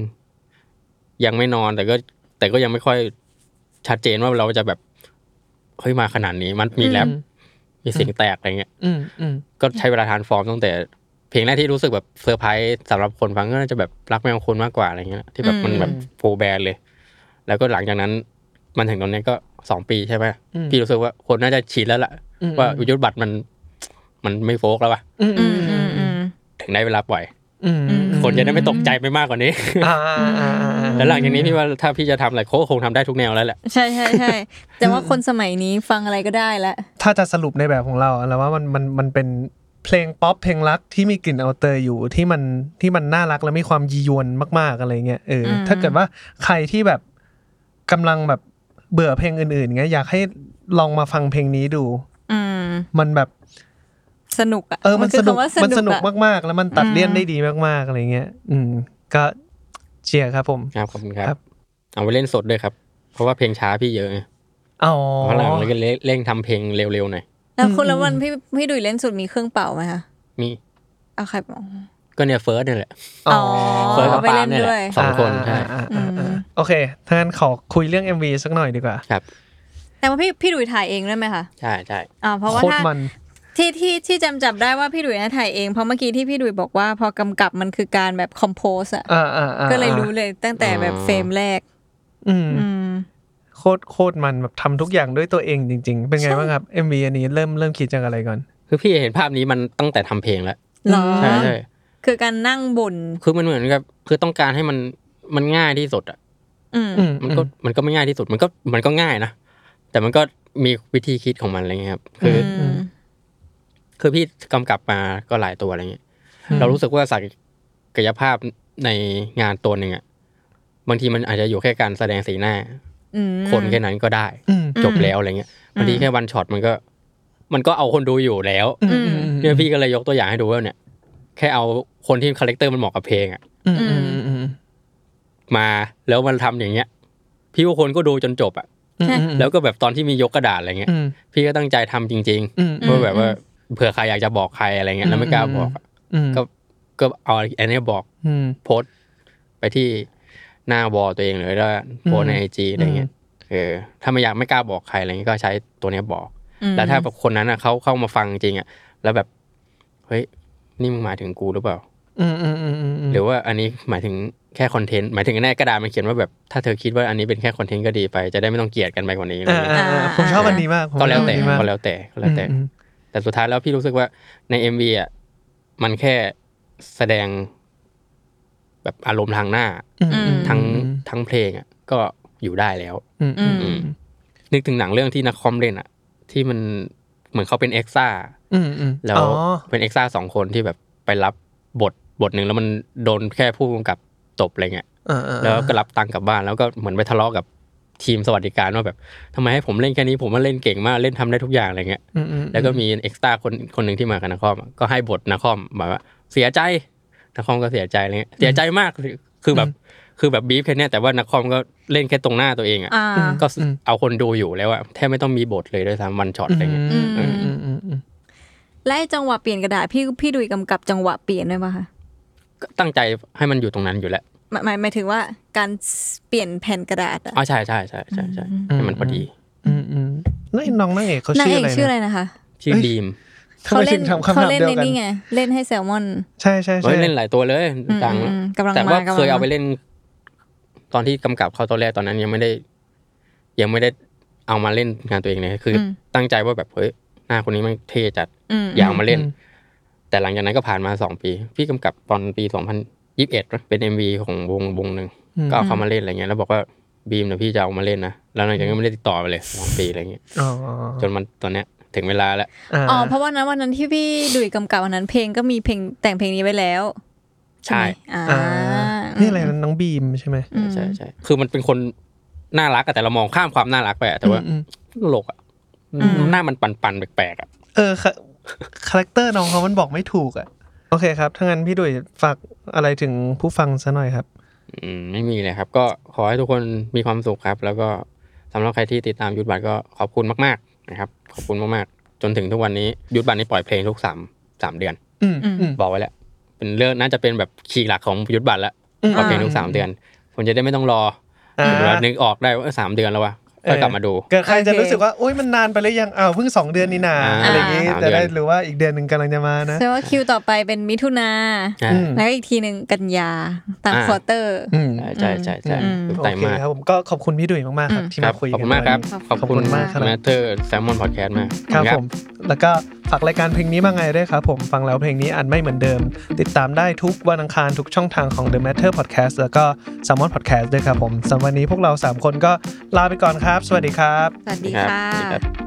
ยังไม่นอนแต่ก็ แต่ก็ยังไม่ค่อยชัดเจนว่าเราจะแบบเฮ้ยมาขนาดนี้ มันมีแรปมีเสียงแตกอะไรเงี้ย
อืมอืม
ก็ใช้เวลาทานฟอร์มตั้งแต่เพลงแรกที่รู้สึกแบบเซอร์ไพรส์สำหรับคนฟังก็น่าจะแบบรักแมวคนมากกว่าอะไรเงี้ยที่แบบมัน
อืม
แบบโฟแบนเลย แล้วก็หลังจากนั้น มันถึงตอนนี้ก็สองปีใช่ไหมพี่รู้สึกว่าคนน่าจะชินแล้วล่ะ ว่ายุทธบัตรมันมันไม่โฟกแล้วว่ะ
อืม
อืมอืมอืม
ถึงได้เวลาปล่อย
อืม
คนจะได้ไม่ตกใจไปมากกว่านี้
อ่าอ่าอ่าอ่า
แล้วหลังจากนี้พี่ว่าถ้าพี่จะทำอะไรโค้คงทำได้ทุกแนวแล้วแหละ
ใช่ใช่ใช่แต่ว่าคนสมัยนี้ฟังอะไรก็ได้ละ
ถ้าจะสรุปในแบบของเราอะแล้วว่ามันมันมันเป็นเพลงป๊อปเพลงรักที่มีกลิ่นเอาเตอร์อยู่ที่มันที่มันน่ารักและมีความยียวนมาก ๆอะไรเงี้ยเอออ
ม
ถ้าเกิดว่าใครที่แบบกำลังแบบเบื่อเพลงอื่นๆเงี้ยอยากให้ลองมาฟังเพลงนี้ดู
อืม
มันแบบ
สนุกอะ
เออมัน
คื
สนุก
คำว่า
มันสนุก
อะ
มากๆ แล้วมันตัด
อืม
เลี่ยนได้ดีมากๆอะไรเงี้ยอืมก็เชียร์ครับผม
ครับขอบคุณค
ครั
รับ
บ
เอาไปเล่นสดด้วยครับ เพราะว่าเพลงช้าพี่เยอะไง
อ๋อ
เพราะหลังเราก็เลยเร่งทำเพลงเร็วๆหน่อย
แล้วคนละวัน
อืม
พี่พี่ดุยเล่นสุดมีเครื่องเป่าไหมคะ
มี
เอาใครเป่า
ก็เนี่ยเฟิร์สนี่แหละ
อ๋อ
เฟิร์สกับ
เอาไป
ปา
เล่
ล์ม
น
เนี่ยแห
ด้ว
ละ
ย
สองคน
อ่า
ใช่
อ่าอ่าอ่าโอเคถ้างั้นขอคุยเรื่อง MV สักหน่อยดีกว่า
ครับ
แต่ว่าพี่พี่ดุยถ่ายเองได้ไหมคะ
ใช่ใช่
อ่าเพราะว่า
โคตร
ถ้า
มัน
ที่ที่ที่จำจับได้ว่าพี่ดุยน่ะถ่ายเองเพราะเมื่อกี้ที่พี่ดุยบอกว่าพอกำกับมันคือการแบบคอมโพสอะ
อ่าอ่าอ่า
ก็เลยรู้เลยตั้งแต่แบบเฟรมแรก
อืม
อืม
โคตรโคตรมันแบบทำทุกอย่างด้วยตัวเองจริง ๆ เป็นไง
ใช่
บ้างครับ MV อันนี้เริ่มเริ่มคิดจากอะไรก่อน
คือพี่เห็นภาพนี้มันตั้งแต่ทำเพลงแล้ว
เหรอ
ใช่ใช่
คือการนั่งบน
คือมันเหมือนกับ คือต้องการให้มันมันง่ายที่สุดอ่ะ
อืม
อืม
มันก็มันก็ไม่ง่ายที่สุดมันก็มันก็ง่ายนะแต่มันก็มีวิธีคิดของมันอะไรเงี้ยครับคืออ
ม
คือพี่กำกับมาก็หลายตัวอะไรเงี้ยเรารู้สึกว่าศักยภาพในงานตัวหนึ่งอะบางทีมันอาจจะอยู่แค่การแสดงสีหน้า
อืม
คนแค่นั้นก็ได้
อืม
จบแล้วอะไรเงี้ยบางทีแค่วันช็อตมันก็ มันก็เอาคนดูอยู่แล้ว
อืม
อืม
เนี่ยพี่ก็เลยยกตัวอย่างให้ดูว่าเนี่ย แค่เอาคนที่คาแรคเตอร์มันเหมาะกับเพลงอะ
อืมอืมอืม
มาแล้วมันทำอย่างเงี้ย พี่ว่าคนก็ดูจนจบอะ
อืม
แล้วก็แบบตอนที่มียกกระดาษอะไรเงี้ย
อืม
พี่ก็ตั้งใจทำจริง
อืม
ๆเพราะแบบว่าเผื่อใครอยากจะบอกใครอะไรเงี้ยแล้วไม่กล้าบอกอะ
อืม
ก็ก็เอาอันเนี้ยบอก
อืม
โพสต์ไปที่หน้าวอลตัวเองหรือว่าโพสต์ในไอจีอะไรเงี้ยเออถ้าไม่อยากไม่กล้าบอกใครอะไรเงี้ยก็ใช้ตัวเนี้ยบอก
อืม
แล้วถ้าแบบคนนั้นอ่ะเขาเข้ามาฟังจริงอ่ะแล้วแบบเฮ้ยนี่มึงหมายถึงกูหรือเปล่า
อืมอืมอืมอืม
หรือว่าอันนี้หมายถึงแค่คอนเทนต์หมายถึงในกระดาษมันเขียนว่าแบบถ้าเธอคิดว่าอันนี้เป็นแค่คอนเทนต์ก็ดีไปจะได้ไม่ต้องเกลียดกันไปกว่านี้อะไร
อ่า
เงี้ย
อ่าอ่าผมชอบอันนี้มากผมช
ก็
อบ
แล้ว
อัน
แต่
นี้มาก
ก็แล้วแต่ก็แล้วแต่
อืม
แต่สุดท้ายแล้วพี่รู้สึกว่าใน MV อ่ะมันแค่แสดง แบบอารมณ์ทางหน้า
อืมอืม
ทั้งทั้งเพลงอ่ะก็อยู่ได้แล้ว
อืมอืม
อืมนึกถึงหนังเรื่องที่นักคอมเล่นอ่ะ ที่มันเหมือนเขาเป็นเอ็กซ่า
อืมอืม
แล้ว
อ๋อ
เป็นเอ็กซ่าสองคนที่แบบไปรับบทบทหนึ่งแล้วมันโดนแค่ผู้กำกับตบอะไรเงี้ย
อ่าอ่า
แล้วก็รับตังค์กลับบ้านแล้วก็เหมือนไปทะเลาะกับทีมสวัสดิการว่าแบบทำไมให้ผมเล่นแค่นี้ผมมันเล่นเก่งมากเล่นทำได้ทุกอย่างอะไรเงี้ย
อืมอืม
แล้วก็มีเอ็กซ์ตร้าคนคนหนึ่งที่มากับนักคอมอะก็ให้บทนักคอมแบบว่าเสียใจนักคอมก็เสียใจอะไรเงี้ยเสียใจมากคือคือแบบคือแบบบีฟแค่เนี้ยแต่ว่านักคอมก็เล่นแค่ตรงหน้าตัวเองอ่ะ
อ่า
ก็เอาคนดูอยู่แล้วอะแทบไม่ต้องมีบทเลยด้วยซ้ำวันช็อตอะไรเงี้ย
อืมอืมอืมอืมอืม
และไอ้จังหวะเปลี่ยนกระดาษพี่พี่ดุยกำกับจังหวะเปลี่ยนด้วยป่ะคะ
ก็ตั้งใจให้มันอยู่ตรงนั้นอยู่แล้ว
หมายหมายหมายถึงว่าการเปลี่ยนแผ่นกระดาษอะ
อ๋อใช่ใช่ใช่ใช่ใช่ให้มันพอดี
อืมอืมแล้วไอ้น้องนางเอกเขา
นาง
ชื่อ
เอก
อะไร
ชื่ออะไร
นะ
นะคะ
ชื่อดีม
ทำไมถึงทำคำ
เขา
ถาม
เล่น
เดีย
ใน
วกัน
นี่ไง เล่นให้แซลมอน
ใช่ใช่
เฮ้
ใช่
ยเล่นหลายตัวเลยดัง
อืมอืมกำลัง
แต่
า
ว่าม
กำลัง
เคยเอาไป
มา
เล่น ตอนที่กำกับเขาตอนแรกตอนนั้นยังไม่ได้ ยังไม่ได้เอามาเล่นงานตัวเองเลยคืออ
ม
ตั้งใจว่าแบบเฮ้ยหน้าคนนี้มันเท่จัด
อืม
อยากเอามาเล่น แต่หลังจากนั้นก็ผ่านมาสองปี พี่กำกับตอนปีสองพันยิบเอ็ดเป็นเอ็มวีของวงวงหนึ่ง
อืม
ก็เอาเขามาเล่นอะไรเงี้ยแล้วบอกว่าบีมเดี๋ยวพี่จะเอามาเล่นนะแล้วหลังจากนั้นก็ไม่ได้ติดต่อไปเลยสองปีอะไรเงี้ย
อ๋อ
จนมันตอนเนี้ยถึงเวลาแล้ว
อ่า
อ๋อเพราะว่านั้นวันนั้นที่พี่ดุยกำกับวันนั้นเพลงก็มีเพลงแต่งเพลงนี้ไว้แล้วใช่ไหมอ่า
อ่านี่อะไร
อืม
นะน้องบีมใช่ไหม
อืม
ใช่ใช่คือมันเป็นคนน่ารักอะแต่เรามองข้ามความน่ารักไปอะแต่ว่า
อืม
โลกอะหน้ามันปันๆแปลกๆอะ
เออค่ะคาแรคเตอร์น้องเขามันบอกไม่ถูกอ่ะโอเคครับถ้างั้นพี่ดุยฝากอะไรถึงผู้ฟังซะหน่อยครับ
อืมไม่มีเลยครับ ก็ขอให้ทุกคนมีความสุขครับ แล้วก็สำหรับใครที่ติดตามยุทธบัตรก็ขอบคุณมากๆนะครับ ขอบคุณมากๆ จนถึงทุกวันนี้ยุทธบัตรนี่ปล่อยเพลงทุกสามสามเดือน
อืมอืม
บอกไว้แล้วเป็นเรื่องน่าจะเป็นแบบขีย์หลักของยุทธบัตรแล้วปล่อยเพลงทุกสามเดือนคนจะได้ไม่ต้องรอ
อ่า
เวลานึกออกได้ว่าเออสามเดือนแล้ววะก็กลับมาดู
เกิดใครจะรู้สึกว่าโอ๊ยมันนานไปหรือยังอ้าวเพิ่งสองเดือนนี่นา
อ่า
อะไรอย่างงี้
สามเดื
จะ
อน
ได้รู้ว่าอีกเดือนหนึ่งกำลังจะมานะ
แสดงว่าคิวต่อไปเป็นมิถุนา
อ่า
อืม
แล้วก็อีกทีหนึ่งกันยาตาม
อ่า
ควอเตอร์
อืม
ใช่ใช่ใช่
อืม
ถูก
โอ
ใจ
เค
มาก
ครับผมก็ขอบคุณพี่ดุยมากๆครับที่
ครั
มา
บ
คุย
ขอบคุณมากครับ
ขอบคุณ
มากครับ
แมทเธอร์แซมมอนพอดแคสต์มาก
ครับ
ครั
ผมแล้วก็ฝากรายการเพลงนี้มาไงด้วยครับผมฟังแล้วเพลงนี้อันไม่เหมือนเดิม ติดตามได้ทุกวันอังคารทุกช่องทางของ The Matter Podcast แล้วก็ s a m o n Podcast ด้วยครับผมสำหรับวันนี้พวกเรา 3 คนก็ลาไปก่อนครับ สวัสดีครับ
สวัสดี
ครับ
ค่
สวัสดีครั
ะ
บ